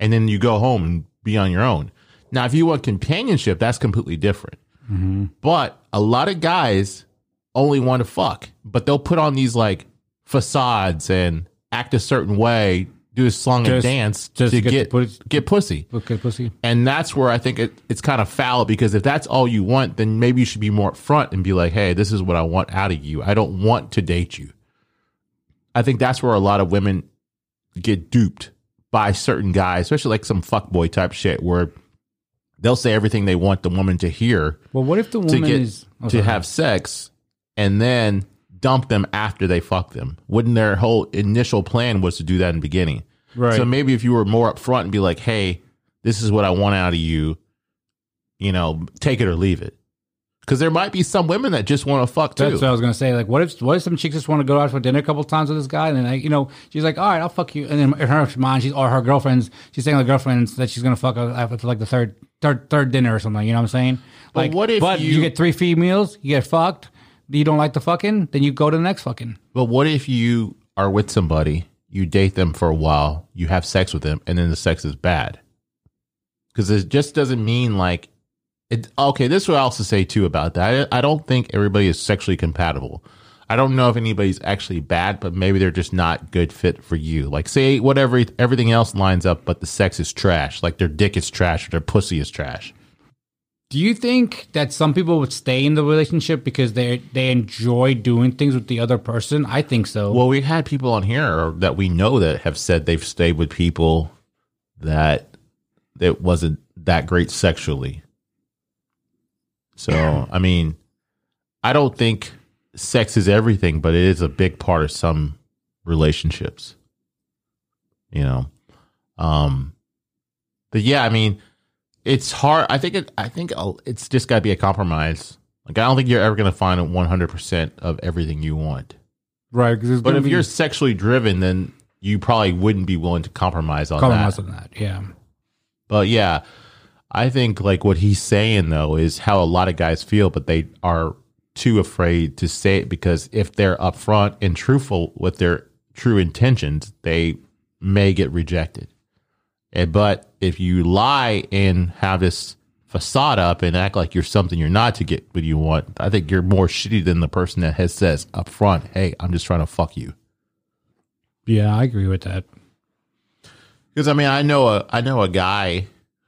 Speaker 1: and then you go home and be on your own. Now, if you want companionship, that's completely different.
Speaker 2: Mm-hmm.
Speaker 1: But a lot of guys only want to fuck, but they'll put on these like facades and act a certain way, do a song and
Speaker 2: Just-
Speaker 1: dance
Speaker 2: just
Speaker 1: to
Speaker 2: get
Speaker 1: get
Speaker 2: the pussy.
Speaker 1: get pussy.
Speaker 2: okay, pussy.
Speaker 1: And that's where I think it, it's kind of foul because if that's all you want, then maybe you should be more upfront and be like, hey, this is what I want out of you. I don't want to date you. I think that's where a lot of women get duped by certain guys, especially like some fuckboy type shit where they'll say everything they want the woman to hear
Speaker 2: Well, what if the
Speaker 1: to
Speaker 2: woman
Speaker 1: get
Speaker 2: is oh,
Speaker 1: to
Speaker 2: sorry.
Speaker 1: have sex and then dump them after they fuck them. Wouldn't their whole initial plan was to do that in the beginning?
Speaker 2: Right.
Speaker 1: So maybe if you were more upfront and be like, "Hey, this is what I want out of you," you know, take it or leave it. Because there might be some women that just want to fuck too.
Speaker 2: That's what I was gonna say. Like, what if what if some chicks just want to go out for dinner a couple times with this guy, and then like, you know she's like, all right, I'll fuck you, and then in her mind, she's or her girlfriends, she's saying to the girlfriends that she's gonna fuck after like the third third third dinner or something. You know what I'm saying?
Speaker 1: But
Speaker 2: Like,
Speaker 1: what if
Speaker 2: but
Speaker 1: you-
Speaker 2: you get three free meals, you get fucked, you don't like the fucking, then you go to the next fucking.
Speaker 1: but what if you are with somebody, you date them for a while, you have sex with them, and then the sex is bad? Because it just doesn't mean like it, okay, this is what I also say too about that. I, I don't think everybody is sexually compatible. I don't know if anybody's actually bad, but maybe they're just not good fit for you. Like, say whatever, everything else lines up, but the sex is trash. Like their dick is trash or their pussy is trash.
Speaker 2: Do you think that some people would stay in the relationship because they they enjoy doing things with the other person? I think so.
Speaker 1: Well, we had people on here that we know that have said they've stayed with people that that wasn't that great sexually. So, I mean, I don't think sex is everything, but it is a big part of some relationships. You know, um, but yeah, I mean, it's hard. I think it, I think I'll- it's just got to be a compromise. Like I don't think you're ever going to find one hundred percent of everything you want.
Speaker 2: right? Because
Speaker 1: But if you're sexually driven, then you probably wouldn't be willing to compromise on
Speaker 2: compromise
Speaker 1: that.
Speaker 2: on that, yeah,
Speaker 1: But yeah, I think like what he's saying though is how a lot of guys feel, but they are too afraid to say it because if they're upfront and truthful with their true intentions, they may get rejected. And but if you lie and have this facade up and act like you're something you're not to get what you want, I think you're more shitty than the person that has says upfront, "Hey, I'm just trying to fuck you."
Speaker 2: yeah, I agree with that.
Speaker 1: Because I mean, I know a I know a guy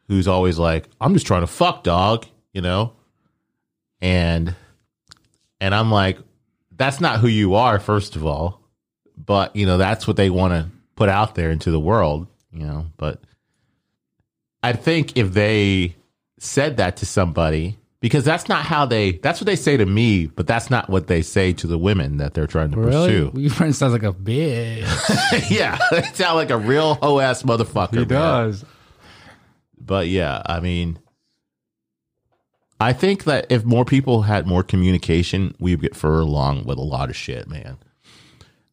Speaker 1: who's always like, "I'm just trying to fuck, dog," you know, and and I'm like, "That's not who you are, first of all." But you know, that's what they want to put out there into the world, you know. But I think if they said that to somebody, because that's not how they that's what they say to me, but that's not what they say to the women that they're trying to pursue.
Speaker 2: (laughs) Your friend sounds like a
Speaker 1: (laughs)
Speaker 2: bitch.
Speaker 1: yeah, they sound like a real hoe ass motherfucker. man. But yeah, I mean, I think that if more people had more communication, we'd get further along with a lot of shit, man.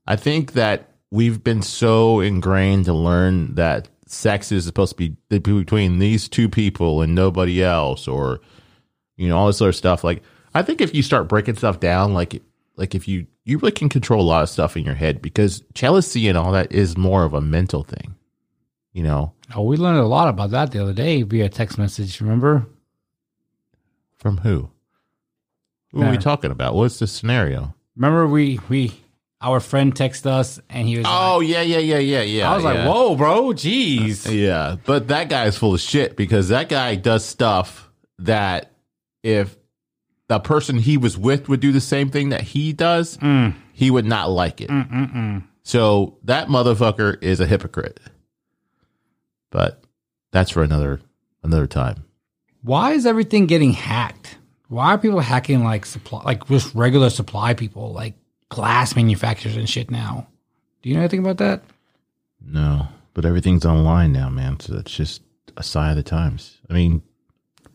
Speaker 1: I think that we've been so ingrained to learn that sex is supposed to be between these two people and nobody else, or you know, all this other stuff. Like, I think if you start breaking stuff down, like, like if you you really can control a lot of stuff in your head because jealousy and all that is more of a mental thing, you know,
Speaker 2: Oh, we learned a lot about that the other day via text message. Remember?
Speaker 1: From who? Who are we
Speaker 2: Matter.
Speaker 1: talking about? What's the scenario?
Speaker 2: Remember we we our friend texted us and he was.
Speaker 1: Oh yeah, yeah, yeah, yeah,
Speaker 2: like,
Speaker 1: yeah.
Speaker 2: I was
Speaker 1: yeah.
Speaker 2: like, whoa, bro, jeez.
Speaker 1: Yeah, but that guy is full of shit because that guy does stuff that if the person he was with would do the same thing that he does,
Speaker 2: Mm,
Speaker 1: he would not like it.
Speaker 2: mm, mm, mm.
Speaker 1: So that motherfucker is a hypocrite. But that's for another another time.
Speaker 2: Why is everything getting hacked? Why are people hacking like supply, like just regular supply people, like glass manufacturers and shit now? Do you know anything about that?
Speaker 1: No, but everything's online now, man. So that's just a sign of the times. I mean,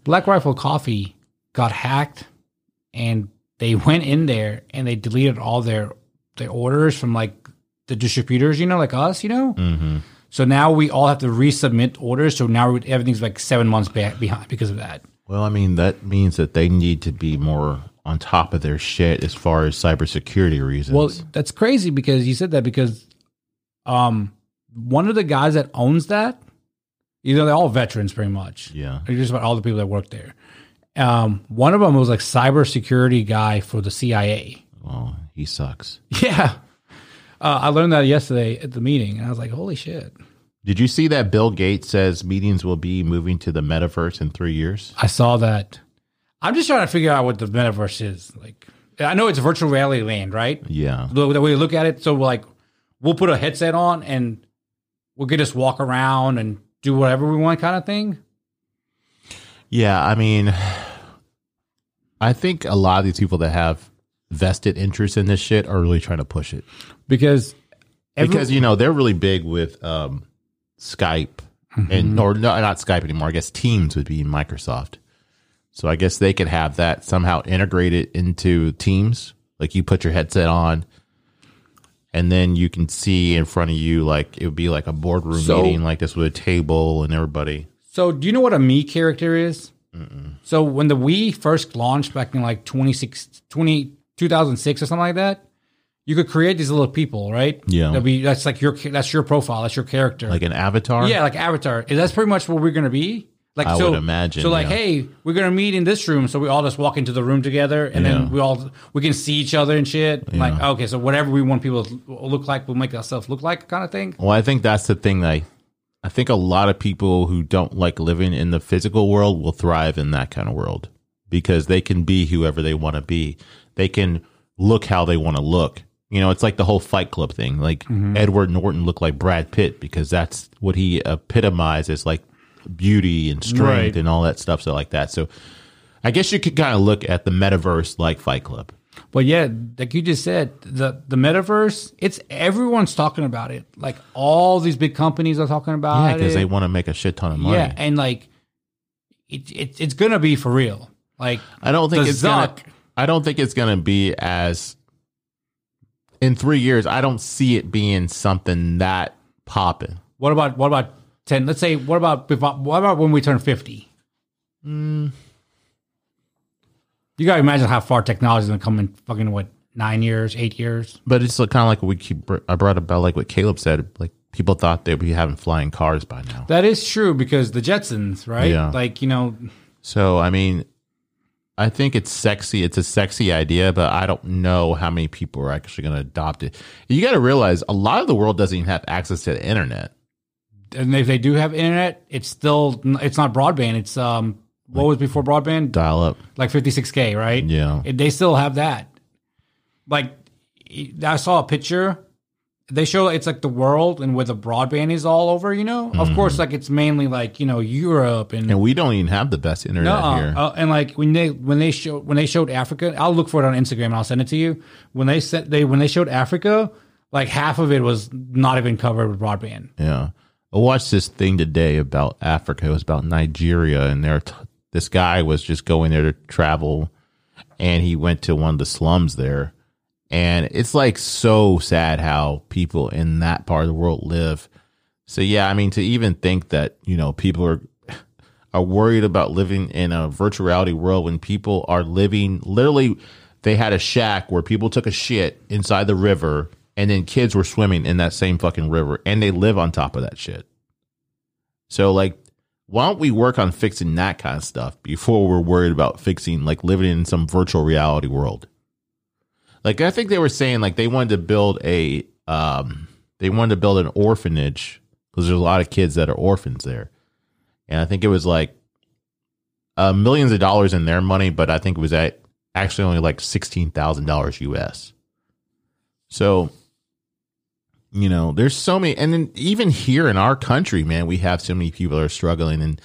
Speaker 2: Black Rifle Coffee got hacked, and they (laughs) went in there and they deleted all their their orders from like the distributors, you know, like us, you know.
Speaker 1: mm-hmm.
Speaker 2: So now we all have to resubmit orders. So now we- everything's like seven months back behind because of that.
Speaker 1: Well, I mean, that means that they need to be more on top of their shit as far as cybersecurity reasons.
Speaker 2: Well, that's crazy because you said that because um one of the guys that owns that, you know, they're all veterans pretty much.
Speaker 1: yeah.
Speaker 2: Like, just about all the people that work there. Um, one of them was like cybersecurity guy for the CIA.
Speaker 1: Well, Oh, he sucks.
Speaker 2: Yeah. Uh, I learned that yesterday at the meeting, and I was like, "Holy shit!"
Speaker 1: Did you see that Bill Gates says meetings will be moving to the metaverse in three years?
Speaker 2: I saw that. I'm just trying to figure out what the metaverse is. Like, I know it's virtual reality land, right?
Speaker 1: Yeah.
Speaker 2: The the way you look at it, so like, we'll put a headset on and we could just walk around and do whatever we want, kind of thing.
Speaker 1: Yeah. I mean, (sighs) I think a lot of these people that have vested interest in this shit are really trying to push it
Speaker 2: Because, every-
Speaker 1: because, you know, they're really big with um, Skype and, or no, not Skype anymore. I guess Teams would be Microsoft. So I guess they could have that somehow integrated into Teams. Like you put your headset on, and then you can see in front of you like it would be like a boardroom
Speaker 2: So-
Speaker 1: meeting, like this with a table and everybody.
Speaker 2: so do you know what a me character is? So when the Wii first launched back in like 26, 20, 2006 or something like that, you could create these little people, right?
Speaker 1: Yeah.
Speaker 2: That'd be, that's like your that's your profile, that's your character.
Speaker 1: Like an avatar.
Speaker 2: yeah, like Avatar. And That's pretty much what we're gonna be. Like
Speaker 1: I
Speaker 2: so,
Speaker 1: would imagine,
Speaker 2: So like,
Speaker 1: yeah.
Speaker 2: hey, we're gonna meet in this room, so we all just walk into the room together, and
Speaker 1: Yeah.
Speaker 2: then we all we can see each other and shit. Like, okay, so whatever we want people to look like, we'll make ourselves look like, kind of thing.
Speaker 1: Well, I think that's the thing that I, I think a lot of people who don't like living in the physical world will thrive in that kind of world because they can be whoever they want to be. They can look how they want to look. You know, it's like the whole Fight Club thing. Like
Speaker 2: Mm-hmm.
Speaker 1: Edward Norton looked like Brad Pitt because that's what he epitomized as like beauty and strength
Speaker 2: Right.
Speaker 1: and all that stuff. So like that. So I guess you could kind of look at the metaverse like Fight Club.
Speaker 2: But yeah, like you just said, the the metaverse, it's everyone's talking about it. Like all these big companies are talking about
Speaker 1: Yeah, because
Speaker 2: it.
Speaker 1: they want to make a shit ton of money.
Speaker 2: yeah, and like it, it it's gonna be for real. Like
Speaker 1: I don't think
Speaker 2: The
Speaker 1: it's gonna,
Speaker 2: Zuck.
Speaker 1: I don't think it's gonna be as in three years. I don't see it being something that popping.
Speaker 2: what about what about ten? Let's say what about before, what about when we turn fifty? Mm. You gotta imagine how far technology's gonna come in fucking what nine years, eight years.
Speaker 1: But it's kind of like what we keep. I brought about like what Caleb said. Like people thought they'd be having flying cars by now.
Speaker 2: That is true because the Jetsons, right?
Speaker 1: Yeah.
Speaker 2: Like you know,
Speaker 1: So I mean, I think it's sexy. It's a sexy idea, but I don't know how many people are actually going to adopt it. You got to realize a lot of the world doesn't even have access to the internet.
Speaker 2: and if they do have internet, it's still it's not broadband. It's um what was before broadband?
Speaker 1: Dial up.
Speaker 2: Like 56k, right?
Speaker 1: Yeah.
Speaker 2: And they still have that. Like I saw a picture. They show it's like the world and where the broadband is all over. You know, of course, like it's mainly like you know Europe and.
Speaker 1: Mm-hmm. And we don't even have the best internet
Speaker 2: Nuh-uh.
Speaker 1: here.
Speaker 2: Uh, and like when they when they showed when they showed Africa, I'll look for it on Instagram and I'll send it to you. When they sent they when they showed Africa, like half of it was not even covered with broadband.
Speaker 1: Yeah. I watched this thing today about Africa. It was about Nigeria, and there, t- this guy was just going there to travel, and he went to one of the slums there, and it's like so sad how people in that part of the world live. So yeah, I mean to even think that you know people are are worried about living in a virtual reality world when people are living literally. They had a shack where people took a shit inside the river, and then kids were swimming in that same fucking river, and they live on top of that shit. So like, why don't we work on fixing that kind of stuff before we're worried about fixing like living in some virtual reality world? Like I think they were saying like they wanted to build a um they wanted to build an orphanage because there's a lot of kids that are orphans there, and I think it was like uh, millions of dollars in their money, but I think it was at actually only like sixteen thousand dollars US. So you know there's so many and then even here in our country man we have so many people that are struggling and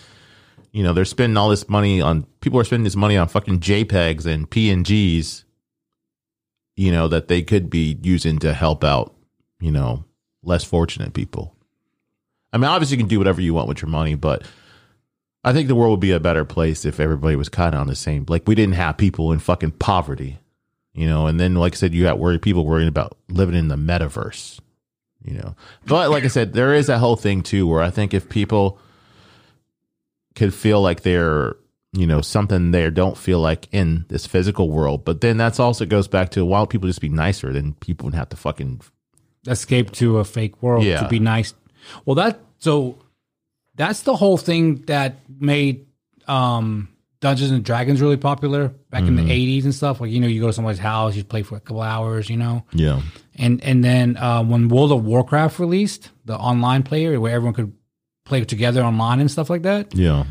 Speaker 1: you know they're spending all this money on people are spending this money on fucking jpegs and pngs you know that they could be using to help out you know less fortunate people i mean obviously you can do whatever you want with your money but i think the world would be a better place if everybody was kind of on the same like we didn't have people in fucking poverty you know and then like i said you got worried people worrying about living in the metaverse you know. But like I said, there is that whole thing too where I think if people could feel like they're, you know, something they don't feel like in this physical world, but then that's also goes back to why don't people just be nicer? Then people would have to fucking
Speaker 2: escape to a fake world
Speaker 1: Yeah.
Speaker 2: to be nice. Well, that so that's the whole thing that made um Dungeons and Dragons really popular back in the eighties and stuff. Like you know, you go to somebody's house, you play for a couple hours, you know,
Speaker 1: yeah
Speaker 2: and and then uh, when World of Warcraft released, the online player where everyone could play together online and stuff like that.
Speaker 1: yeah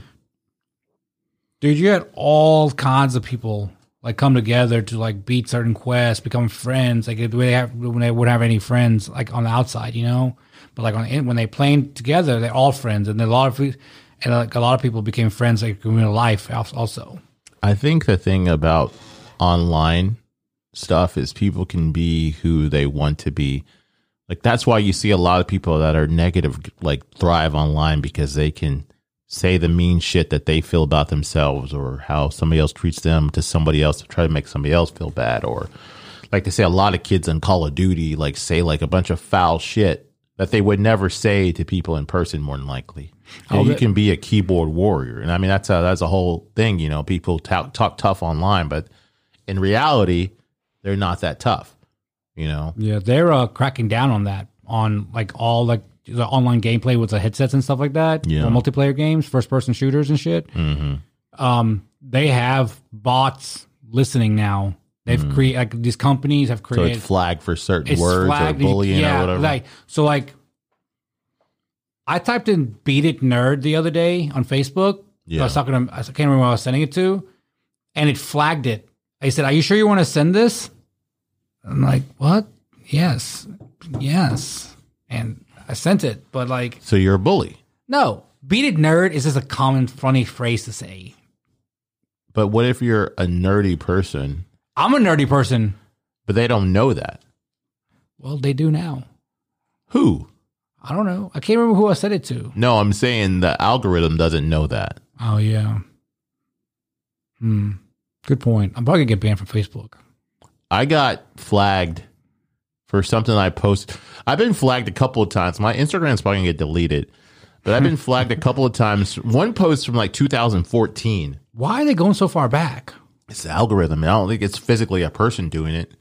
Speaker 2: Dude, you had all kinds of people like come together to like beat certain quests, become friends. Like if they have, when they wouldn't have any friends like on the outside, you know. But like on the in- when they played together, they're all friends, and then a lot of and like a lot of people became friends like in real life al- also.
Speaker 1: I think the thing about online stuff is people can be who they want to be. Like that's why you see a lot of people that are negative like thrive online because they can say the mean shit that they feel about themselves or how somebody else treats them to somebody else to try to make somebody else feel bad or like they say a lot of kids on Call of Duty like say like a bunch of foul shit that they would never say to people in person more than likely. And you can be a keyboard warrior. And I mean that's a that's a whole thing, you know, people talk talk tough online, but in reality, they're not that tough. You know?
Speaker 2: Yeah, they're uh, cracking down on that on like all like the online gameplay with the headsets and stuff like that.
Speaker 1: Yeah.
Speaker 2: or multiplayer games, first person shooters and shit.
Speaker 1: Mm-hmm.
Speaker 2: Um, they have bots listening now. They've create created like these companies have
Speaker 1: Mm. So
Speaker 2: created
Speaker 1: it's flagged for certain words
Speaker 2: flagged.
Speaker 1: or bullying or whatever.
Speaker 2: Like so, like I typed in "beat it nerd" the other day on Facebook.
Speaker 1: Yeah.
Speaker 2: I was talking to I can't remember who I was sending it to, and it flagged it. I said, "Are you sure you want to send this?" I'm like, "What? Yes, yes," and I sent it. But like,
Speaker 1: so you're a bully.
Speaker 2: no, "beat it nerd" is just a common funny phrase to say.
Speaker 1: But what if you're a nerdy person
Speaker 2: I'm a nerdy person.
Speaker 1: but they don't know that.
Speaker 2: Well, they do now.
Speaker 1: Who?
Speaker 2: I don't know. I can't remember who I said it to.
Speaker 1: No, I'm saying the algorithm doesn't know that.
Speaker 2: Oh yeah. Hmm. Good point. I'm probably gonna get banned from Facebook.
Speaker 1: I got flagged for something I post. I've been flagged a couple of times. My Instagram's probably gonna get deleted, but
Speaker 2: (laughs)
Speaker 1: I've been flagged a couple of times. One post from like 2014.
Speaker 2: Why are they going so far back?
Speaker 1: it's the algorithm. I don't think it's physically a person doing it,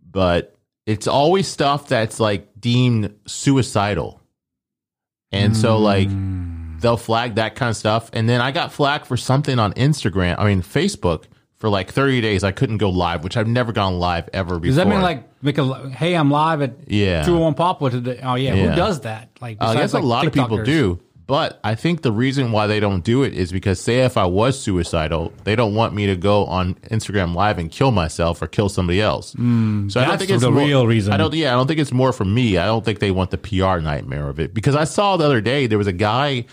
Speaker 1: but it's always stuff that's like deemed suicidal. And so like
Speaker 2: Hmm.
Speaker 1: they'll flag that kind of stuff. And then I got flagged for something on Instagram, I mean Facebook for like 30 days. I couldn't go live, which I've never gone live ever before.
Speaker 2: Does that mean like make a li- hey? I'm live at
Speaker 1: Yeah.
Speaker 2: two hundred one Poplar today. Oh yeah.
Speaker 1: Yeah. Uh,
Speaker 2: Who does that? Like
Speaker 1: I guess
Speaker 2: besides, like,
Speaker 1: a lot of people
Speaker 2: TikTokers.
Speaker 1: do. But I think the reason why they don't do it is because, say, if I was suicidal, they don't want me to go on Instagram Live and kill myself or kill somebody else. so I
Speaker 2: that's the
Speaker 1: more-
Speaker 2: real reason.
Speaker 1: I don't. Yeah, I don't think it's more for me. I don't think they want the PR nightmare of it. Because I saw the other day there was a guy.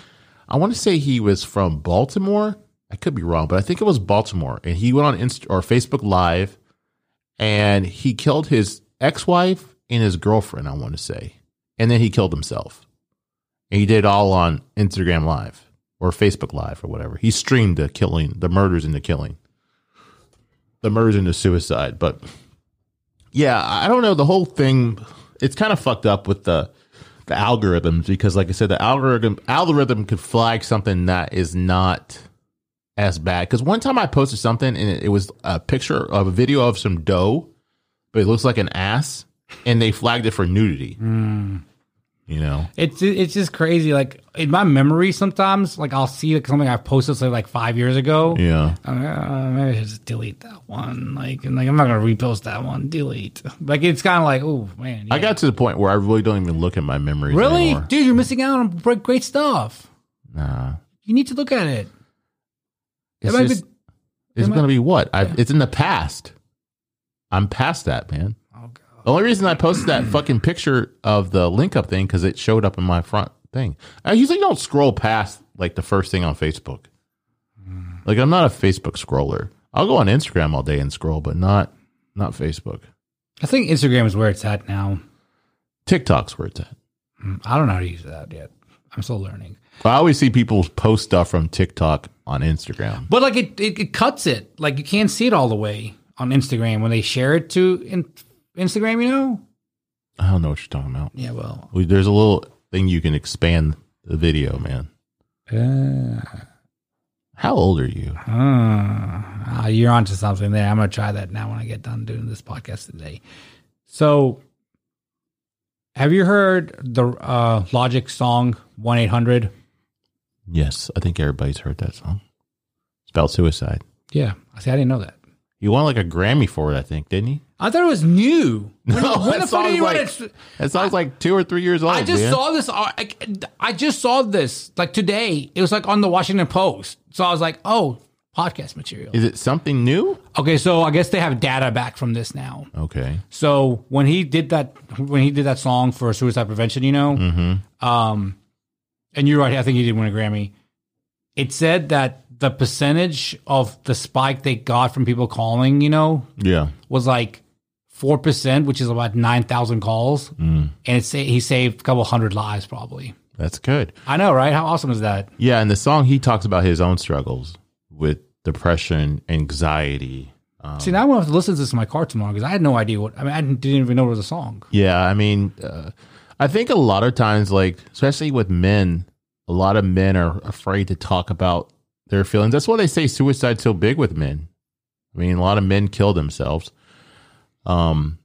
Speaker 1: I want to say he was from Baltimore. I could be wrong, but I think it was Baltimore, and he went on Inst- or Facebook Live, and he killed his ex-wife and his girlfriend. I want to say, and then he killed himself. And he did it all on Instagram Live or Facebook Live or whatever. He streamed the killing, the murders and the killing, the murders and the suicide. But yeah, I don't know. The whole thing, it's kind of fucked up with the the algorithms because, like I said, the algorithm algorithm could flag something that is not as bad. Because one time I posted something and it, it was a picture of a video of some dough, but it looks like an ass, and they flagged it for nudity. You know.
Speaker 2: It's it's just crazy. Like in my memory, sometimes like I'll see like, something I've posted say like five years ago.
Speaker 1: Yeah.
Speaker 2: I'm like, "Uh, maybe I should just delete that one. Like, and like I'm not gonna repost that one. Delete. Like it's kind of like, oh man.
Speaker 1: I
Speaker 2: yeah.
Speaker 1: got to the point where I really don't even look at my memories.
Speaker 2: really,
Speaker 1: anymore.
Speaker 2: dude. You're missing out on great- great stuff.
Speaker 1: Nah.
Speaker 2: You need to look at it.
Speaker 1: It's,
Speaker 2: might be-
Speaker 1: just- it's
Speaker 2: might-
Speaker 1: gonna be what? I, It's in the past. I'm past that, man.
Speaker 2: Oh god.
Speaker 1: The only reason I posted that (clears throat) fucking picture of the link up thing because it showed up in my front thing. I usually don't scroll past like the first thing on Facebook.
Speaker 2: Mm.
Speaker 1: Like I'm not a Facebook scroller. I'll go on Instagram all day and scroll, but not not Facebook.
Speaker 2: I think Instagram is where it's at now.
Speaker 1: TikTok's where it's at.
Speaker 2: I don't know how to use that yet. I'm still learning.
Speaker 1: I always see people post stuff from TikTok on Instagram.
Speaker 2: But like it, it, it cuts it. Like you can't see it all the way on Instagram when they share it to in, Instagram. You know?
Speaker 1: I don't know what you're talking about.
Speaker 2: Yeah. Well.
Speaker 1: We- There's a little thing you can expand the video, man.
Speaker 2: Uh,
Speaker 1: How old are you?
Speaker 2: uh, you're onto something there. I'm gonna try that now when I get done doing this podcast today. So, have you heard the uh, Logic song "One 800
Speaker 1: Yes, I think everybody's heard that song. It's about suicide.
Speaker 2: Yeah. I see. I didn't know that.
Speaker 1: He won like a Grammy for it, I think, didn't he?
Speaker 2: I thought it was new.
Speaker 1: (laughs)
Speaker 2: When-
Speaker 1: No,
Speaker 2: when
Speaker 1: that
Speaker 2: the fuck did
Speaker 1: song's
Speaker 2: you run
Speaker 1: like-
Speaker 2: it?
Speaker 1: That sounds like two or three years old.
Speaker 2: I just
Speaker 1: Oh, man.
Speaker 2: saw this. ar- I, I just saw this like today. It was like on the Washington Post. So I was like, oh, podcast material.
Speaker 1: Is it something new?
Speaker 2: Okay, so I guess they have data back from this now.
Speaker 1: Okay.
Speaker 2: So when he did that, when he did that song for suicide prevention, you know,
Speaker 1: Mm. Mm-hmm.
Speaker 2: um, and you're right. I think he did win a Grammy. It said that the percentage of the spike they got from people calling, you know,
Speaker 1: Yeah.
Speaker 2: was like four percent, which is about nine thousand calls, and it's he saved a couple hundred lives probably.
Speaker 1: That's good.
Speaker 2: I know, right? How awesome is that?
Speaker 1: Yeah, and the song he talks about his own struggles with depression, anxiety.
Speaker 2: See, now I'm gonna have to listen to this in my car tomorrow because I had no idea what. I mean, I didn't, didn't even know it was a song.
Speaker 1: Yeah, I mean, uh, I think a lot of times, like especially with men, a lot of men are afraid to talk about their feelings. That's why they say suicide's so big with men. I mean, a lot of men kill themselves. Um,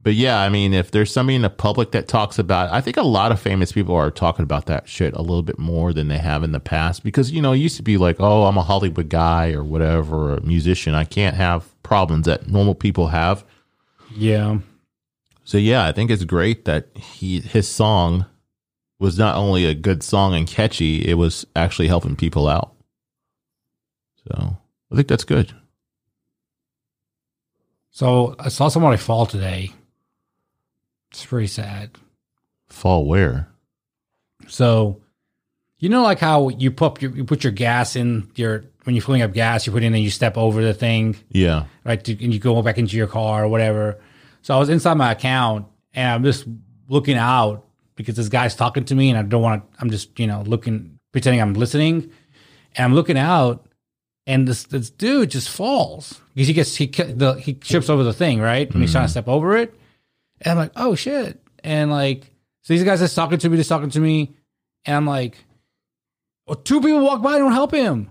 Speaker 1: but yeah, I mean, if there's somebody in the public that talks about, I think a lot of famous people are talking about that shit a little bit more than they have in the past because you know it used to be like, oh, I'm a Hollywood guy or whatever, or a musician. I can't have problems that normal people have.
Speaker 2: Yeah,
Speaker 1: So yeah, I think it's great that he his song was not only a good song and catchy, it was actually helping people out. So I think that's good.
Speaker 2: So I saw somebody fall today. It's pretty sad.
Speaker 1: Fall where?
Speaker 2: So, you know, like how you put your, you put your gas in your when you're filling up gas, you put in and you step over the thing,
Speaker 1: Yeah.
Speaker 2: right? To, and you go back into your car or whatever. So I was inside my account and I'm just looking out because this guy's talking to me and I don't want to, I'm just, you know, looking, pretending I'm listening. And I'm looking out and this, this dude just falls because he gets, he, ki- the, he trips over the thing, right? And he's trying to step over it. And I'm like, oh shit. And like, so these guys just talking to me, just talking to me. And I'm like, well, two people walk by and don't help him.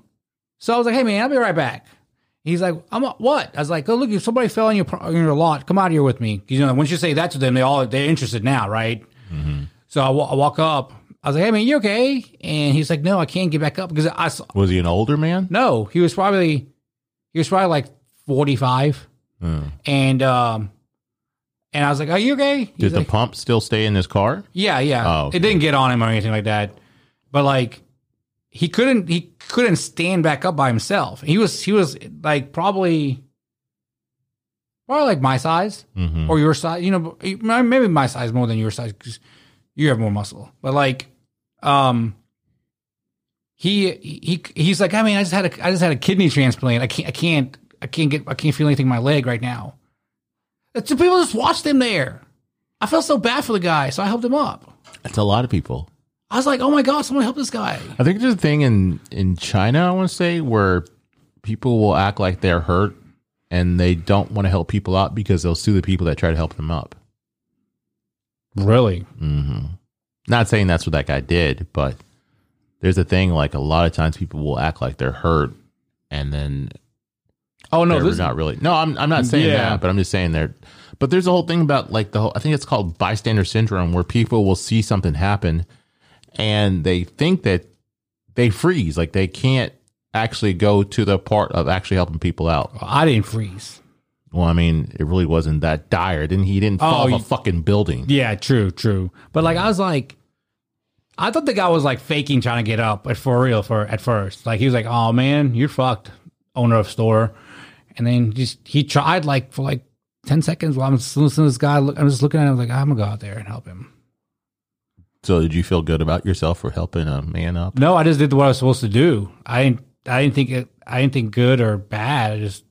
Speaker 2: So I was like, hey man, I'll be right back. He's like, I'm a, what? I was like, oh look, if somebody fell in your pro- in your lot, come out here with me. You know, once you say that to them, they all they're interested now, right?
Speaker 1: Mm-hmm.
Speaker 2: So I wa- I walk up. I was like, hey man, you okay? And he's like, no, I can't get back up because I s-
Speaker 1: Was he an older man?
Speaker 2: no, he was probably he was probably like forty five,
Speaker 1: Mm.
Speaker 2: and um, and I was like, are you okay? He's
Speaker 1: Did the
Speaker 2: like,
Speaker 1: pump still stay in his car?
Speaker 2: yeah, yeah.
Speaker 1: Oh, okay.
Speaker 2: It didn't get on him or anything like that. But like he couldn't he couldn't stand back up by himself. He was he was like probably probably like my size
Speaker 1: Mm-hmm.
Speaker 2: or your size, you know, maybe my size more than your size cuz you have more muscle. But like um he he he's like, I mean, I just had a I just had a kidney transplant. I can't I can't I can't get I can't feel anything in my leg right now. It's the people just watched him there. I felt so bad for the guy, so I helped him up.
Speaker 1: That's a lot of people.
Speaker 2: I was like, oh my god, someone help this guy.
Speaker 1: I think there's a thing in in China. I want to say where people will act like they're hurt and they don't want to help people out because they'll sue the people that try to help them up.
Speaker 2: Really?
Speaker 1: hmm Not saying that's what that guy did, but there's a thing like a lot of times people will act like they're hurt and then
Speaker 2: Oh no,
Speaker 1: they're
Speaker 2: this
Speaker 1: not really. No, I'm I'm not saying
Speaker 2: Yeah.
Speaker 1: that, but I'm just saying there. But there's a whole thing about like the whole. I think it's called bystander syndrome, where people will see something happen, and they think that they freeze, like they can't actually go to the part of actually helping people out.
Speaker 2: I didn't freeze. Well,
Speaker 1: Well, I mean, it really wasn't that dire. Didn't he? Didn't fall
Speaker 2: Oh,
Speaker 1: off a
Speaker 2: you-
Speaker 1: fucking building.
Speaker 2: yeah, true, true. But like, I was like, I thought the guy was like faking trying to get up, but for real, for at first, like he was like, oh man, you're fucked, owner of store, and then just he tried like for like ten seconds while I'm just listening to this guy. Look, I'm just looking at him like I'm gonna go out there and help him.
Speaker 1: So, did you feel good about yourself for helping a man up?
Speaker 2: No, I just did what I was supposed to do. I didn't. I didn't think it. I didn't think good or bad. I just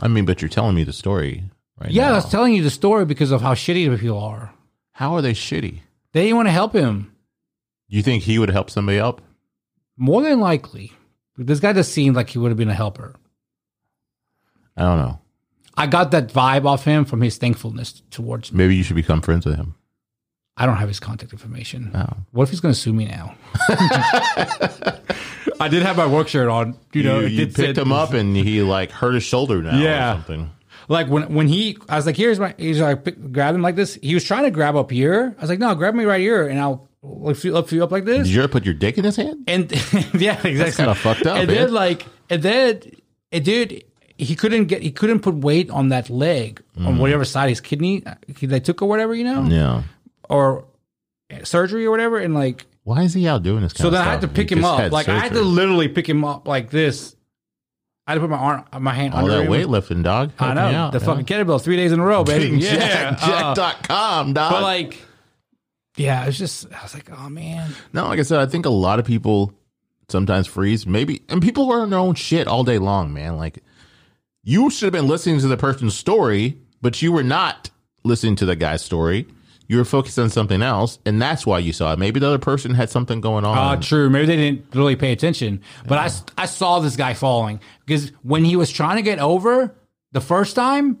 Speaker 1: I mean, but you're telling me the story, right?
Speaker 2: yeah,
Speaker 1: now.
Speaker 2: I was telling you the story because of how shitty the people are.
Speaker 1: How are they shitty?
Speaker 2: They didn't want to help him.
Speaker 1: You think he would help somebody up?
Speaker 2: More than likely, this guy just seemed like he would have been a helper.
Speaker 1: I don't know.
Speaker 2: I got that vibe off him from his thankfulness towards me.
Speaker 1: Maybe you should become friends with him.
Speaker 2: I don't have his contact information.
Speaker 1: Oh.
Speaker 2: What if he's going to sue me now? (laughs) I did have my work shirt on. You know,
Speaker 1: you,
Speaker 2: it
Speaker 1: you
Speaker 2: did
Speaker 1: picked
Speaker 2: say-
Speaker 1: him up and he like hurt his shoulder now
Speaker 2: Yeah.
Speaker 1: or something.
Speaker 2: Like when when he, I was like, "Here's my," he's like, pick, grab him like this. He was trying to grab up here. I was like, "No, grab me right here, and I'll lift you, lift you up like this."
Speaker 1: Did you ever put your dick in his hand?
Speaker 2: And (laughs) yeah, exactly.
Speaker 1: kinda fucked up,
Speaker 2: And
Speaker 1: man.
Speaker 2: then like, and then, and dude, he couldn't get, he couldn't put weight on that leg on whatever side his kidney uh, they took or whatever, you know,
Speaker 1: Mm. Yeah.
Speaker 2: or surgery or whatever. And like,
Speaker 1: Why is he out doing this? Kind
Speaker 2: so
Speaker 1: of
Speaker 2: then I had
Speaker 1: stuff?
Speaker 2: to
Speaker 1: He
Speaker 2: pick him
Speaker 1: just
Speaker 2: up.
Speaker 1: had
Speaker 2: Like I had to
Speaker 1: surgery.
Speaker 2: literally pick him up like this. I had to put my arm, my hand
Speaker 1: all
Speaker 2: under
Speaker 1: that
Speaker 2: him.
Speaker 1: weightlifting, dog.
Speaker 2: I
Speaker 1: Help me
Speaker 2: know
Speaker 1: out,
Speaker 2: the
Speaker 1: man.
Speaker 2: fucking kettlebell three days in a row,
Speaker 1: (laughs)
Speaker 2: baby.
Speaker 1: Fucking
Speaker 2: (laughs) Yeah,
Speaker 1: Jack,
Speaker 2: uh,
Speaker 1: Jack.com, dog.
Speaker 2: but like, yeah, it's just I was like, oh man,
Speaker 1: no, like I said, I think a lot of people sometimes freeze. Maybe and people are on their own shit all day long, man. Like you should have been listening to the person's story, but you were not listening to the guy's story. You were focused on something else, and that's why you saw it. Maybe the other person had something going on.
Speaker 2: Oh, true. Maybe they didn't really pay attention. But I s I I, saw this guy falling because when he was trying to get over the first time,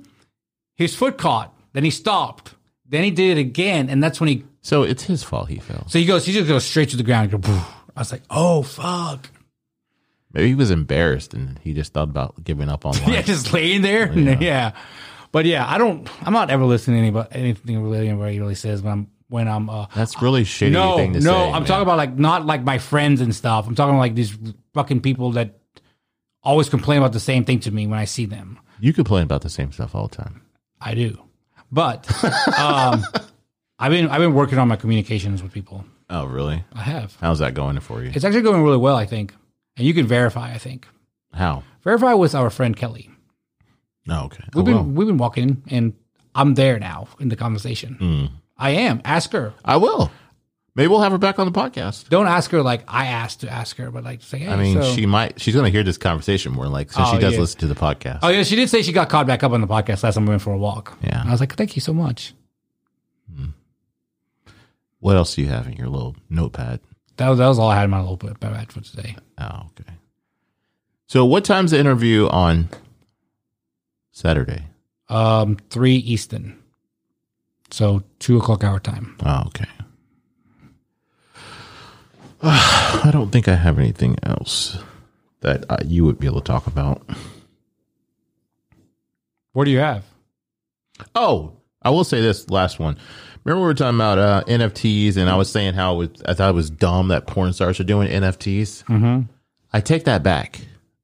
Speaker 2: his foot caught. Then he stopped. Then he did it again, and that's when he.
Speaker 1: so it's his fault he fell.
Speaker 2: So he goes. He just goes straight to the ground. And go, "Phew." I was like, oh fuck. (laughs)
Speaker 1: Maybe he was embarrassed and he just thought about giving
Speaker 2: (laughs)
Speaker 1: up on
Speaker 2: yeah,
Speaker 1: life.
Speaker 2: just laying there. (laughs) Yeah. But yeah, I don't. I'm not ever listening to anybody, anything really anybody really says when I'm when I'm. Uh,
Speaker 1: That's really shitty
Speaker 2: no,
Speaker 1: thing
Speaker 2: no,
Speaker 1: to say.
Speaker 2: I'm
Speaker 1: man.
Speaker 2: talking about like not like my friends and stuff. I'm talking like these fucking people that always complain about the same thing to me when I see them.
Speaker 1: you complain about the same stuff all the time.
Speaker 2: I do,
Speaker 1: (laughs)
Speaker 2: but um, I've been I've been working on my communications with people.
Speaker 1: Oh, really?
Speaker 2: I have.
Speaker 1: How's that going for you?
Speaker 2: It's actually going really well, I think, and you can verify. I think
Speaker 1: How?
Speaker 2: verify with our friend Kelly.
Speaker 1: No, okay. Oh, I
Speaker 2: We've been
Speaker 1: will.
Speaker 2: we've been walking,
Speaker 1: Hmm.
Speaker 2: and I'm there now in the conversation. I am. Ask her.
Speaker 1: I will. Maybe we'll have her back on the podcast.
Speaker 2: Don't ask her like I asked to ask her, but like say, hey,
Speaker 1: I mean,
Speaker 2: so-
Speaker 1: she might. She's going to hear this conversation more. Like, so she
Speaker 2: Oh,
Speaker 1: does
Speaker 2: yeah.
Speaker 1: listen to the podcast.
Speaker 2: Oh yeah, she did say she got caught back up on the podcast last time we went for a walk.
Speaker 1: Yeah.
Speaker 2: And I was like, thank you so much.
Speaker 1: What else do you have in your little notepad?
Speaker 2: That was that was all I had in my little bit bad for today.
Speaker 1: Oh, okay. So, what time's the interview on Saturday?
Speaker 2: Um, three Eastern, so two o'clock our time.
Speaker 1: Oh, okay. (sighs) I don't think I have anything else that uh, you would be able to talk about.
Speaker 2: What do you have?
Speaker 1: Oh, I will say this last one. Remember we were talking about uh, NFTs, and I was saying how it was, I thought it was dumb that porn stars are doing NFTs.
Speaker 2: Mhm.
Speaker 1: I take that back.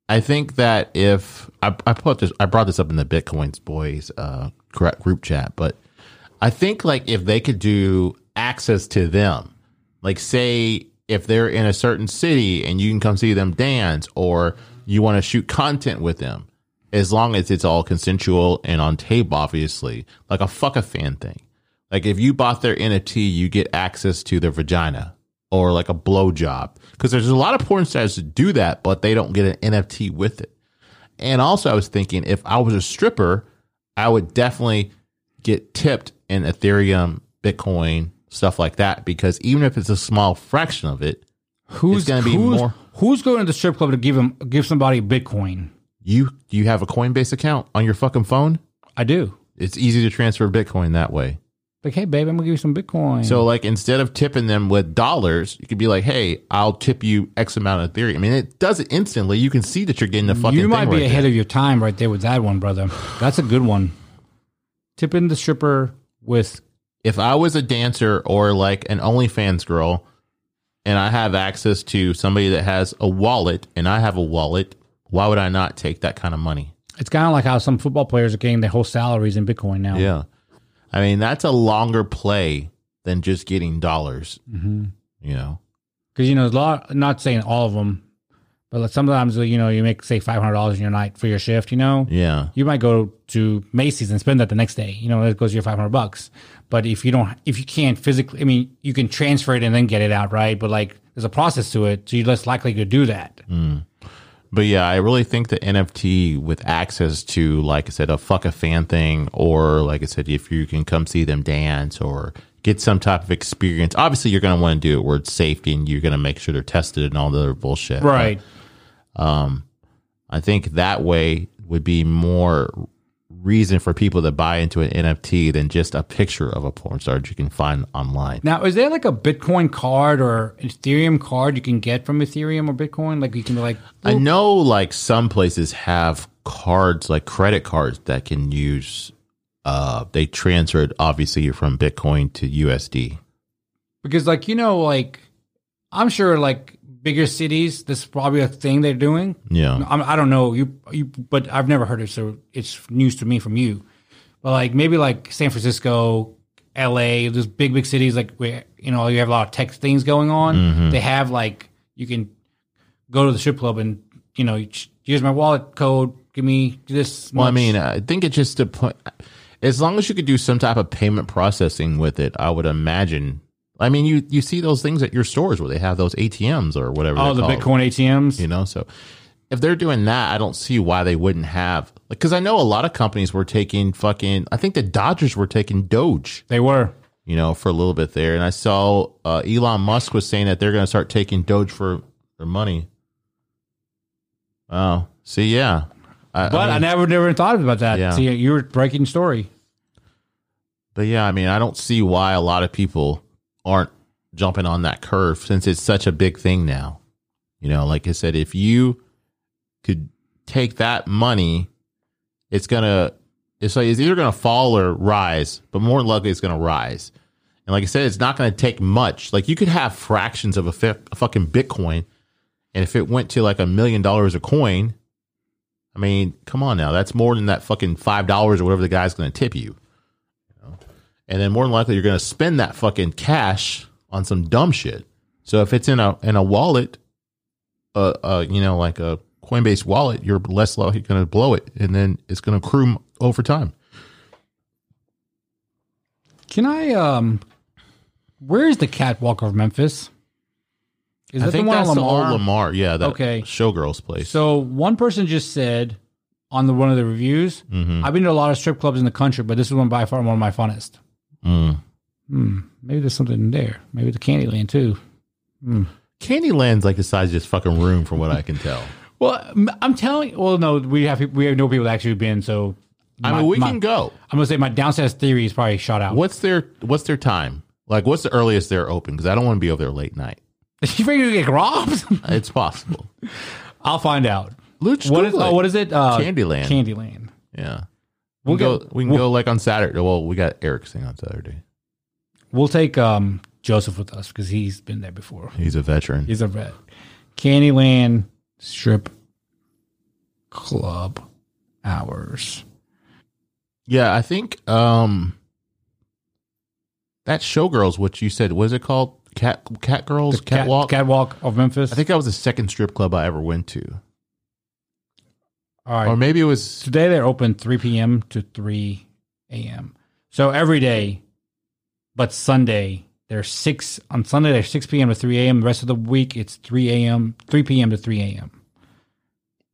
Speaker 1: I think that if I, I put this, I brought this up in the Bitcoins boys uh, gra- group chat, but I think like if they could do access to them, like say if they're in a certain city and you can come see them dance, or you want to shoot content with them, as long as it's all consensual and on tape, obviously, like a fuck a fan thing. Like if you bought their NFT, you get access to their vagina or like a blowjob because there's a lot of porn stars that do that, but they don't get an NFT with it. And also, I was thinking if I was a stripper, I would definitely get tipped in Ethereum, Bitcoin, stuff like that because even if it's a small fraction of it,
Speaker 2: Who's
Speaker 1: It's gonna be
Speaker 2: who's-
Speaker 1: more-
Speaker 2: Who's going to the strip club to give him give somebody Bitcoin?
Speaker 1: you you have a Coinbase account on your fucking phone.
Speaker 2: I do.
Speaker 1: It's easy to transfer Bitcoin that way.
Speaker 2: Like, hey, babe, I'm gonna give you some Bitcoin.
Speaker 1: So like instead of tipping them with dollars, you could be like, "Hey, I'll tip you X amount of Ethereum." I mean, it does it instantly. You can see that you're getting the fucking.
Speaker 2: you might
Speaker 1: thing
Speaker 2: be
Speaker 1: right
Speaker 2: ahead
Speaker 1: there.
Speaker 2: of your time right there with that one, brother. That's a good one. Tip in the stripper with
Speaker 1: If I was a dancer or like an OnlyFans girl, and I have access to somebody that has a wallet, and I have a wallet, why would I not take that kind of money?
Speaker 2: it's kind of like how some football players are getting their whole salaries in Bitcoin now.
Speaker 1: Yeah, I mean that's a longer play than just getting dollars.
Speaker 2: Mm-hmm.
Speaker 1: You know,
Speaker 2: because you know, a lot. Not saying all of them, but like sometimes you know you make say five hundred dollars in your night for your shift. You know,
Speaker 1: yeah.
Speaker 2: you might go to Macy's and spend that the next day. You know, that goes to your five hundred bucks. But if you don't, if you can't physically, I mean, you can transfer it and then get it out, right? But like, there's a process to it, so you're less likely to do that.
Speaker 1: But yeah, I really think the NFT with access to, like I said, a fuck a fan thing, or like I said, if you can come see them dance or get some type of experience. Obviously, you're going to want to do it where it's safety and you're going to make sure they're tested and all the other bullshit.
Speaker 2: Right.
Speaker 1: I think that way would be more reason for people to buy into an NFT than just a picture of a porn star that you can find online.
Speaker 2: Now, is there like a Bitcoin card or Ethereum card you can get from Ethereum or Bitcoin? Like you can be like,
Speaker 1: I know like some places have cards like credit cards that can use uh they transferred obviously from Bitcoin to USD.
Speaker 2: because like you know like i'm sure like bigger cities this is probably a thing they're doing
Speaker 1: Yeah.
Speaker 2: I'm, i don't know you, you but i've never heard it so it's news to me from you but like maybe like san francisco la those big big cities like where you know you have a lot of tech things going on
Speaker 1: Mm-hmm.
Speaker 2: they have like you can go to the strip club and you know here's my wallet code give me this
Speaker 1: Well, I
Speaker 2: much.
Speaker 1: mean, I think it's just a point. As long as you could do some type of payment processing with it, I would imagine. I mean, you you see those things at your stores where they have those ATMs or whatever.
Speaker 2: oh the
Speaker 1: they're called.
Speaker 2: bitcoin atms
Speaker 1: you know so if they're doing that i don't see why they wouldn't have like because i know a lot of companies were taking fucking i think the dodgers were taking doge
Speaker 2: they were
Speaker 1: you know for a little bit there and i saw uh, elon musk was saying that they're going to start taking doge for for money oh see yeah I,
Speaker 2: but I,
Speaker 1: mean-
Speaker 2: never never thought about that
Speaker 1: Yeah.
Speaker 2: see you were breaking story
Speaker 1: But yeah, I mean, I don't see why a lot of people aren't jumping on that curve since it's such a big thing now. You know, like I said, if you could take that money, it's gonna it's like it's either gonna fall or rise, but more than likely it's gonna rise. And like I said, it's not gonna take much. Like you could have fractions of a, fi- a fucking Bitcoin, and if it went to like a million dollars a coin, I mean, come on now, that's more than that fucking five dollars or whatever the guy's gonna tip you and then more than likely you're going to spend that fucking cash on some dumb shit. So if it's in a in a wallet, uh, uh, you know, like a Coinbase wallet, you're less likely going to blow it, and then it's going to accrue m- over time.
Speaker 2: Can I um Where is the catwalk of Memphis? Is
Speaker 1: I
Speaker 2: that the
Speaker 1: think
Speaker 2: one on
Speaker 1: that's the
Speaker 2: Lamar?
Speaker 1: old Lamar. Yeah, that
Speaker 2: Okay.
Speaker 1: showgirls place.
Speaker 2: So one person just said on the one of the reviews,
Speaker 1: Mhm.
Speaker 2: I've been to a lot of strip clubs in the country, but this is one by far one of my funnest.
Speaker 1: Mm.
Speaker 2: Hmm. Maybe there's something in there. Maybe the Candyland too.
Speaker 1: Candyland's like the size of this fucking room, from what I can tell.
Speaker 2: Well, m- I'm telling. Well, no, we have we have no people that actually been. So
Speaker 1: I
Speaker 2: my-
Speaker 1: mean, we
Speaker 2: my-
Speaker 1: can go.
Speaker 2: I'm gonna say my downstairs theory is probably shot out.
Speaker 1: What's their What's their time? Like, what's the earliest they're open? Because I don't want to be over there late night.
Speaker 2: (laughs) you figure you get robbed? (laughs)
Speaker 1: It's possible.
Speaker 2: I'll find out.
Speaker 1: Luch,
Speaker 2: What is,
Speaker 1: Google
Speaker 2: oh,
Speaker 1: it.
Speaker 2: what is it? Uh,
Speaker 1: Candyland.
Speaker 2: Candyland.
Speaker 1: Yeah, we'll
Speaker 2: We'll
Speaker 1: go.
Speaker 2: get-
Speaker 1: we can go like on Saturday. Well, we got Eric's thing on Saturday.
Speaker 2: We'll take um, Joseph with us because he's been there before.
Speaker 1: He's a veteran.
Speaker 2: He's a vet. Candyland strip club hours.
Speaker 1: Yeah, I think um that showgirls. What you said was it called? Cat Cat Girls
Speaker 2: Cat-
Speaker 1: Catwalk.
Speaker 2: catwalk of Memphis.
Speaker 1: I think that was the second strip club I ever went to,
Speaker 2: All right.
Speaker 1: or maybe it was.
Speaker 2: Today they're open 3 p.m. to 3 a.m. So every day, but Sunday they're six on Sunday they're 6 p.m. to 3 a.m. The rest of the week it's 3 a.m. 3 p.m. to 3 a.m.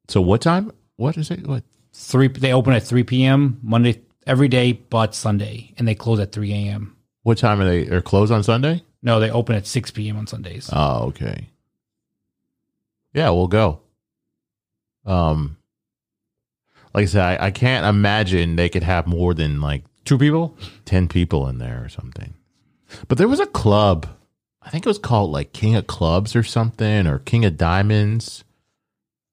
Speaker 1: So what time? What is it? What?
Speaker 2: Three they open at 3 p.m. Monday every day but Sunday and they close at 3 a.m.
Speaker 1: What time are they? Are closed on Sunday?
Speaker 2: No, they open at 6 p.m. on Sundays.
Speaker 1: Oh, okay. Yeah, we'll go. Um, like I said, I, I can't imagine they could have more than like
Speaker 2: Two people.
Speaker 1: 10 people in there or something. But there was a club. I think it was called like King of Clubs or something or King of Diamonds.